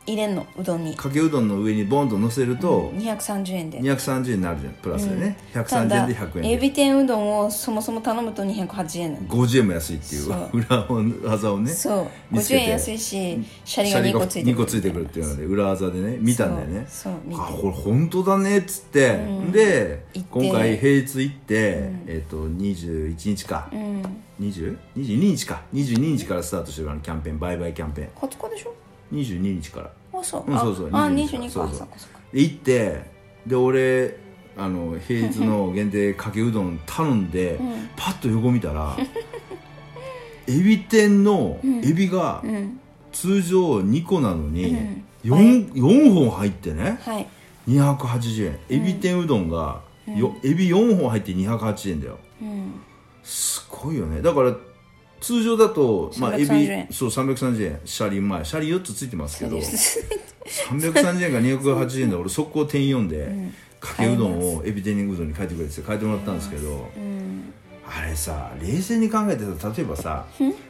[SPEAKER 1] 入れんのうどんに
[SPEAKER 2] かけうどんの上にボンと乗せると、
[SPEAKER 1] 230円で
[SPEAKER 2] 230円になるじゃんプラスでね、
[SPEAKER 1] た
[SPEAKER 2] 130円
[SPEAKER 1] だ
[SPEAKER 2] で100円
[SPEAKER 1] エ
[SPEAKER 2] で
[SPEAKER 1] ビ天うどんをそもそも頼むと208円なの
[SPEAKER 2] 50円も安いっていう
[SPEAKER 1] そ
[SPEAKER 2] 裏技をね
[SPEAKER 1] そう
[SPEAKER 2] 見つけ
[SPEAKER 1] 50
[SPEAKER 2] て
[SPEAKER 1] 円安いしシャリ
[SPEAKER 2] シャ
[SPEAKER 1] が
[SPEAKER 2] リ
[SPEAKER 1] 2
[SPEAKER 2] が
[SPEAKER 1] 個ついて
[SPEAKER 2] 2個ついてくるっていうので裏技でね見たんだよね
[SPEAKER 1] そうそう見て
[SPEAKER 2] あこれ本当だねっつって、で
[SPEAKER 1] 行って
[SPEAKER 2] 今回平日行って、えっと21日か、
[SPEAKER 1] うん
[SPEAKER 2] 20 22日か22日からスタートしてるあのキャンペーンバイバイキャンペーン
[SPEAKER 1] 20日でしょ
[SPEAKER 2] 22日から
[SPEAKER 1] あそう、
[SPEAKER 2] うんそうそう
[SPEAKER 1] ああ
[SPEAKER 2] 22
[SPEAKER 1] 22
[SPEAKER 2] か
[SPEAKER 1] か
[SPEAKER 2] そうそう
[SPEAKER 1] そっかそっか
[SPEAKER 2] で行ってで俺あの平日
[SPEAKER 1] (laughs)
[SPEAKER 2] の限定かけうどん頼んで、
[SPEAKER 1] ん
[SPEAKER 2] パッと横見たら (laughs) エビ天のエビが
[SPEAKER 1] うん
[SPEAKER 2] 通常2個なのに、
[SPEAKER 1] うん
[SPEAKER 2] 四4本入ってね
[SPEAKER 1] はい
[SPEAKER 2] 280円エビ天うどんが、よエビ4本入って280円だよ
[SPEAKER 1] うん
[SPEAKER 2] すごいよねだから通常だと、まあ、エ
[SPEAKER 1] 330円
[SPEAKER 2] ビそう330円シャリ前シャリ4つついてますけど
[SPEAKER 1] です
[SPEAKER 2] 330円か280円で俺速攻点4で、かけうどんをエビ天うどんに変えてくれって変えてもらったんですけど、あれさ冷静に考えてさ例えばさ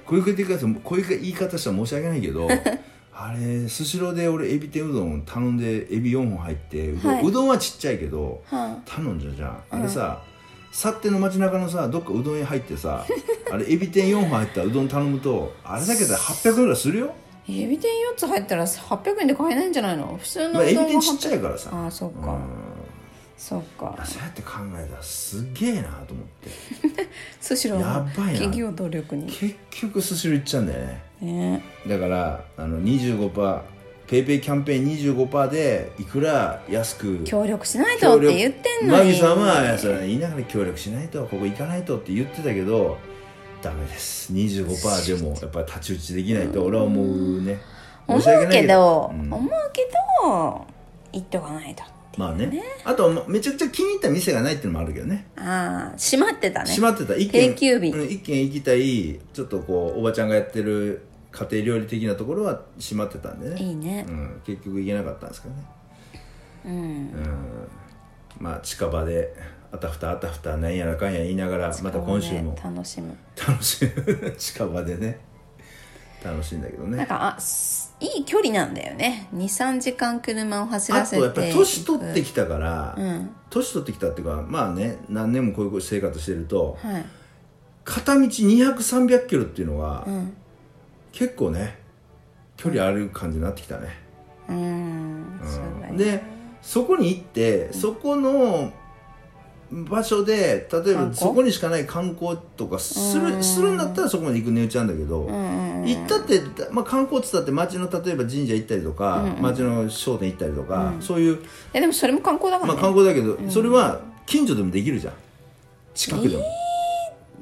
[SPEAKER 2] こういう言い方こういう言い方したら申し訳ないけ
[SPEAKER 1] (laughs)
[SPEAKER 2] どあれスシローで俺エビ天うどん頼んでエビ4本入ってうどん,、
[SPEAKER 1] はいう
[SPEAKER 2] どんはちっちゃいけど
[SPEAKER 1] は
[SPEAKER 2] 頼んじゃうじゃんあれさ、去っての街中のさどっかうどん屋入っ
[SPEAKER 1] (laughs)
[SPEAKER 2] てさあれエビ天4本入ったうどん頼むとあれだけで800円ぐらいするよ、
[SPEAKER 1] いエビ天4つ入ったら800円で買えないんじゃないの普通
[SPEAKER 2] まあ、
[SPEAKER 1] のう
[SPEAKER 2] エビ
[SPEAKER 1] どん
[SPEAKER 2] 天
[SPEAKER 1] は
[SPEAKER 2] ちっちゃいからさ
[SPEAKER 1] ああそっか、そっ
[SPEAKER 2] あ
[SPEAKER 1] か
[SPEAKER 2] そうやって考えたらすげえなと思って
[SPEAKER 1] スシロー
[SPEAKER 2] や
[SPEAKER 1] の
[SPEAKER 2] ばいな
[SPEAKER 1] 企業努力に
[SPEAKER 2] 結局スシロー行っちゃうんだよね
[SPEAKER 1] ね
[SPEAKER 2] だからあの25%ペイペイキャンペーン25%でいくら安く
[SPEAKER 1] 協力しないとって言ってんのに
[SPEAKER 2] マギさんはそれ言いながら協力しないとここ行かないとって言ってたけどダメです25%でもやっぱり太刀打ちできないと俺は思うね
[SPEAKER 1] 思う
[SPEAKER 2] 申し訳ない
[SPEAKER 1] けど、
[SPEAKER 2] うん
[SPEAKER 1] 思うけど行っとかないとって
[SPEAKER 2] まあねあとまめちゃくちゃ気に入った店がないっていうのもあるけどね
[SPEAKER 1] ああ閉まってたね
[SPEAKER 2] 閉まってた一軒
[SPEAKER 1] 定休日
[SPEAKER 2] うん一軒行きたいちょっとこうおばちゃんがやってる家庭料理的なところは閉まってたんでね
[SPEAKER 1] いいね
[SPEAKER 2] うん、結局行けなかったんですけどね
[SPEAKER 1] うん
[SPEAKER 2] うんまあ近場であたふたあたふたなんやらかんや言いながらまた今週も
[SPEAKER 1] そうね楽しむ
[SPEAKER 2] 楽しむ近場でね楽しいんだけど
[SPEAKER 1] なん
[SPEAKER 2] ね
[SPEAKER 1] かあすいい距離なんだよね23時間車を走
[SPEAKER 2] あ
[SPEAKER 1] らせ
[SPEAKER 2] と
[SPEAKER 1] て
[SPEAKER 2] やっぱり年取ってきたから、
[SPEAKER 1] うん
[SPEAKER 2] 年取ってきたっていうかまあね何年もこういう生活してると
[SPEAKER 1] はい
[SPEAKER 2] 片道200300キロっていうのは、
[SPEAKER 1] うん
[SPEAKER 2] 結構ね距離ある感じになってきたね、
[SPEAKER 1] うんそうだね
[SPEAKER 2] でそこに行ってそこの場所で例
[SPEAKER 1] 観
[SPEAKER 2] えば
[SPEAKER 1] 光
[SPEAKER 2] そこにしかない観光とかす
[SPEAKER 1] う
[SPEAKER 2] る
[SPEAKER 1] ん
[SPEAKER 2] するんだったらそこまで行く値打ちなんだけど、
[SPEAKER 1] うんうん
[SPEAKER 2] 行ったって、まあ、観光っつったって町の例えば神社行ったりとか、町の商店行ったりとか、そういう、
[SPEAKER 1] えでもそれも観光だから
[SPEAKER 2] まあ、
[SPEAKER 1] ね、
[SPEAKER 2] 観光だけど、それは近所でもできるじゃん近くでも、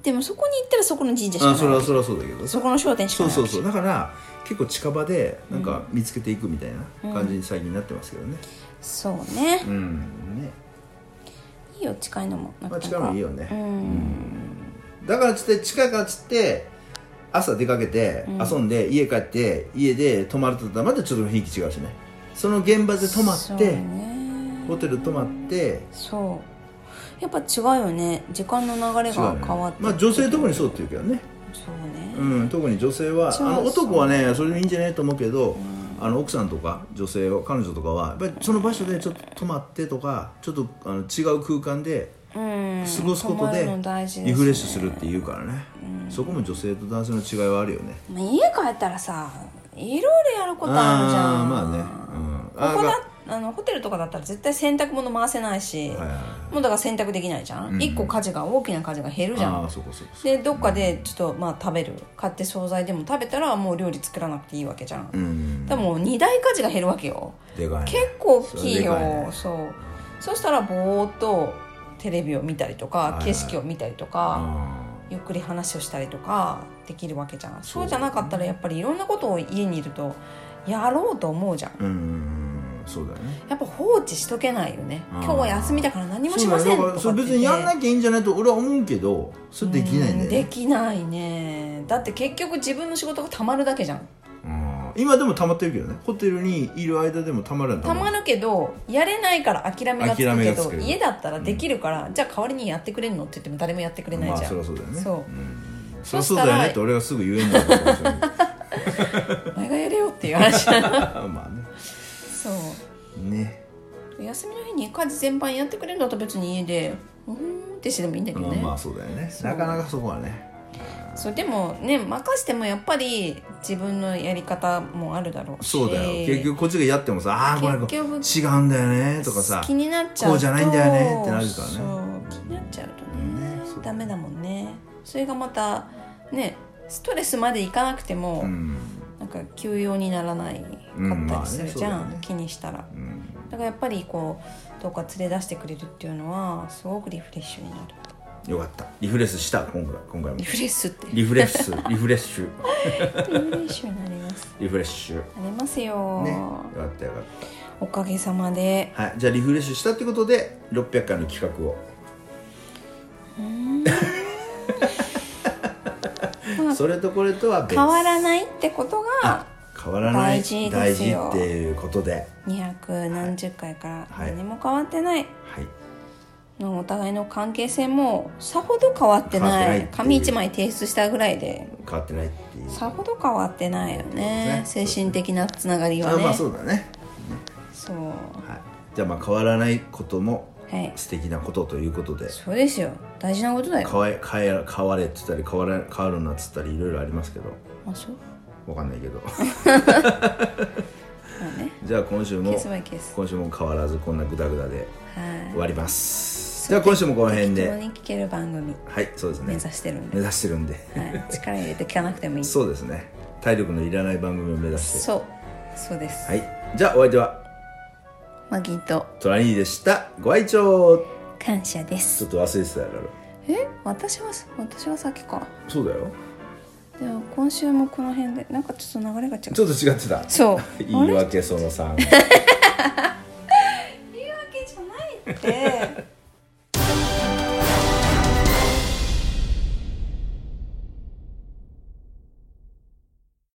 [SPEAKER 1] でもそこに行ったらそこの神社しか
[SPEAKER 2] あそれ
[SPEAKER 1] ない
[SPEAKER 2] はそれはそうだけど
[SPEAKER 1] そこの商店しか
[SPEAKER 2] そう
[SPEAKER 1] ない
[SPEAKER 2] そうそうだから結構近場でなんか見つけていくみたいな感じに最近なってますけどね
[SPEAKER 1] そうね
[SPEAKER 2] うん、ね、
[SPEAKER 1] いいよ近いのもな
[SPEAKER 2] まあ、
[SPEAKER 1] か
[SPEAKER 2] 近いのもいいよね、
[SPEAKER 1] うん
[SPEAKER 2] だからつって近いからつって朝出かけて遊んで、家帰って家で泊まるとまたちょっと雰囲気違うしねその現場で泊ま
[SPEAKER 1] そう
[SPEAKER 2] って、
[SPEAKER 1] ね
[SPEAKER 2] ホテル泊まって
[SPEAKER 1] そうやっぱ違うよね時間の流れ
[SPEAKER 2] 違う
[SPEAKER 1] が
[SPEAKER 2] ね
[SPEAKER 1] 変わって
[SPEAKER 2] まあ女性特にそうっていうけどね、
[SPEAKER 1] そうね
[SPEAKER 2] うん、特に女性は
[SPEAKER 1] そう
[SPEAKER 2] あの男はねそれでいいんじゃないと思うけど、あの奥さんとか女性は彼女とかはやっぱりその場所でちょっと泊まってとかちょっとあの違う空間で
[SPEAKER 1] うん
[SPEAKER 2] 過ごすことで
[SPEAKER 1] 泊まるの大事ですね
[SPEAKER 2] リフレッシュするっていうからね、そこも女性と男性の違いはあるよね
[SPEAKER 1] まあ家帰ったらさいろいろやることあるじゃ
[SPEAKER 2] あー
[SPEAKER 1] ん
[SPEAKER 2] まあね、うん、あ
[SPEAKER 1] ここ
[SPEAKER 2] が
[SPEAKER 1] だあのホテルとかだったら絶対洗濯物回せないし、
[SPEAKER 2] はいはいはい
[SPEAKER 1] もうだから洗濯できないじゃん、
[SPEAKER 2] うん
[SPEAKER 1] 一個家事が大きな家事が減るじゃ
[SPEAKER 2] あ
[SPEAKER 1] ん
[SPEAKER 2] あそこそこそこ
[SPEAKER 1] でどっかでちょっとまあ食べる買って惣菜でも食べたらもう料理作らなくていいわけじゃん、
[SPEAKER 2] うん
[SPEAKER 1] でも2大家事が減るわけよ
[SPEAKER 2] でかいね
[SPEAKER 1] 結構大きいよ
[SPEAKER 2] それでかいね
[SPEAKER 1] そう,、そうしたらぼーっとテレビを見たりと
[SPEAKER 2] い
[SPEAKER 1] か
[SPEAKER 2] はい
[SPEAKER 1] 景色を見たりとか、
[SPEAKER 2] あ
[SPEAKER 1] ゆっくり話をしたりとかできるわけじゃん
[SPEAKER 2] そう
[SPEAKER 1] そうじゃなかったらやっぱりいろんなことを家にいるとやろうと思うじゃん
[SPEAKER 2] ーうんうんうんそうだよね
[SPEAKER 1] やっぱ放置しとけないよね
[SPEAKER 2] あー
[SPEAKER 1] 今日は休みだから何もし
[SPEAKER 2] そう
[SPEAKER 1] ま
[SPEAKER 2] だ
[SPEAKER 1] せん
[SPEAKER 2] よ
[SPEAKER 1] とか
[SPEAKER 2] だか
[SPEAKER 1] っ
[SPEAKER 2] ら
[SPEAKER 1] て
[SPEAKER 2] それ別にやんな
[SPEAKER 1] き
[SPEAKER 2] きゃいいんじゃないと俺は思うけどそれできないんだよ
[SPEAKER 1] で
[SPEAKER 2] ね
[SPEAKER 1] きないねだって結局自分の仕事がたまるだけじゃん
[SPEAKER 2] うん今でも溜まってるけどねホテルにいる間でもたまるの
[SPEAKER 1] たま
[SPEAKER 2] る
[SPEAKER 1] るけどやれないから諦めがつく
[SPEAKER 2] 諦
[SPEAKER 1] け
[SPEAKER 2] めがつ
[SPEAKER 1] ど
[SPEAKER 2] く
[SPEAKER 1] 家だったらできるから、じゃあ代わりにやってくれるのって言っても誰もやってくれない
[SPEAKER 2] まあ
[SPEAKER 1] じゃん、
[SPEAKER 2] そりゃそうだよね
[SPEAKER 1] そうん
[SPEAKER 2] そ
[SPEAKER 1] そ
[SPEAKER 2] りゃ
[SPEAKER 1] し
[SPEAKER 2] そう
[SPEAKER 1] たら
[SPEAKER 2] だよねって俺がすぐ言えん (laughs) だよ
[SPEAKER 1] お前がやれよっていう話
[SPEAKER 2] ま
[SPEAKER 1] そ
[SPEAKER 2] あねね
[SPEAKER 1] う休みの日に家事全般やってくれるんだったら別に家でうーんってしてもいいんだけど
[SPEAKER 2] まあ
[SPEAKER 1] ね、
[SPEAKER 2] まあそうだよね
[SPEAKER 1] そう
[SPEAKER 2] なかなかそこはね
[SPEAKER 1] そうでもね任してもやっぱり自分のやり方もあるだろうし
[SPEAKER 2] そうだよ結局こっちがやってもさああーこれ
[SPEAKER 1] 結局
[SPEAKER 2] 違うんだよねとかさ
[SPEAKER 1] 気になっちゃうと
[SPEAKER 2] こうじゃないんだよねってなるからね
[SPEAKER 1] そう気になっちゃうとね
[SPEAKER 2] ねそう
[SPEAKER 1] ダメだもんねそれがまたねストレスまでいかなくても、
[SPEAKER 2] うん
[SPEAKER 1] なんか休養にならないか
[SPEAKER 2] うん
[SPEAKER 1] った
[SPEAKER 2] まあ
[SPEAKER 1] り
[SPEAKER 2] ね
[SPEAKER 1] するじゃん、
[SPEAKER 2] そうだよね
[SPEAKER 1] 気にしたら
[SPEAKER 2] うん
[SPEAKER 1] だからやっぱりこうどうか連れ出してくれるっていうのはすごくリフレッシュになる
[SPEAKER 2] よかったリフレッシュした今回今回も
[SPEAKER 1] リフレッシュってリ
[SPEAKER 2] リフレッシュリフレッシュ
[SPEAKER 1] フレッシュになります
[SPEAKER 2] リフレッシュね
[SPEAKER 1] なりますよ、
[SPEAKER 2] よかったよかっ
[SPEAKER 1] おかげさまで
[SPEAKER 2] たはいじゃあリフレッシュしたってことで600回の企画を (laughs) それとこれとは別
[SPEAKER 1] 変わらないってことが
[SPEAKER 2] 変わらな
[SPEAKER 1] 大
[SPEAKER 2] い
[SPEAKER 1] 事ですよ
[SPEAKER 2] 大事っていうことで
[SPEAKER 1] 200何十回から
[SPEAKER 2] はい
[SPEAKER 1] 何も変わってない、
[SPEAKER 2] はい
[SPEAKER 1] のお互いの関係性もさほど変わってない
[SPEAKER 2] 変わってないっていう
[SPEAKER 1] 紙一枚提出したぐらいで
[SPEAKER 2] 変わってないっていう
[SPEAKER 1] さほど変わってないよね
[SPEAKER 2] ね
[SPEAKER 1] 精神的なつながりは
[SPEAKER 2] あ
[SPEAKER 1] ね
[SPEAKER 2] まあそうだね
[SPEAKER 1] そう
[SPEAKER 2] はいじゃあまあ変わらないことも
[SPEAKER 1] はい
[SPEAKER 2] 素敵なことということで
[SPEAKER 1] そうですよ大事なことだよ
[SPEAKER 2] 変わ変え変われっつったり変わら変わるなっつったりいろいろありますけど
[SPEAKER 1] あそう
[SPEAKER 2] わかんない (laughs) けど
[SPEAKER 1] まあね
[SPEAKER 2] じゃあ今週
[SPEAKER 1] ケ
[SPEAKER 2] も
[SPEAKER 1] ースバイケース
[SPEAKER 2] 今週も変わらずこんなグダグダで
[SPEAKER 1] はい
[SPEAKER 2] 終わりますじゃあ今週もこの辺
[SPEAKER 1] 共
[SPEAKER 2] で
[SPEAKER 1] に聞ける番組
[SPEAKER 2] はいそうです
[SPEAKER 1] 目
[SPEAKER 2] ね
[SPEAKER 1] 指してるん
[SPEAKER 2] 目
[SPEAKER 1] で、
[SPEAKER 2] 指してるんで
[SPEAKER 1] はい、力入れて聞かなくてもいいそ
[SPEAKER 2] そうですね体力のいらない番組を目指して
[SPEAKER 1] うそうです、
[SPEAKER 2] はいじゃあお相手は
[SPEAKER 1] マギーと
[SPEAKER 2] トラニーでしたご愛聴
[SPEAKER 1] 感謝です
[SPEAKER 2] ちょっと忘れてたやろ
[SPEAKER 1] え私は私は先か
[SPEAKER 2] そうだよ
[SPEAKER 1] でも今週もこの辺でなんかちょっと流れが違う
[SPEAKER 2] ちょっと違ってた
[SPEAKER 1] そう
[SPEAKER 2] 言い訳その3
[SPEAKER 1] 言い訳じゃないって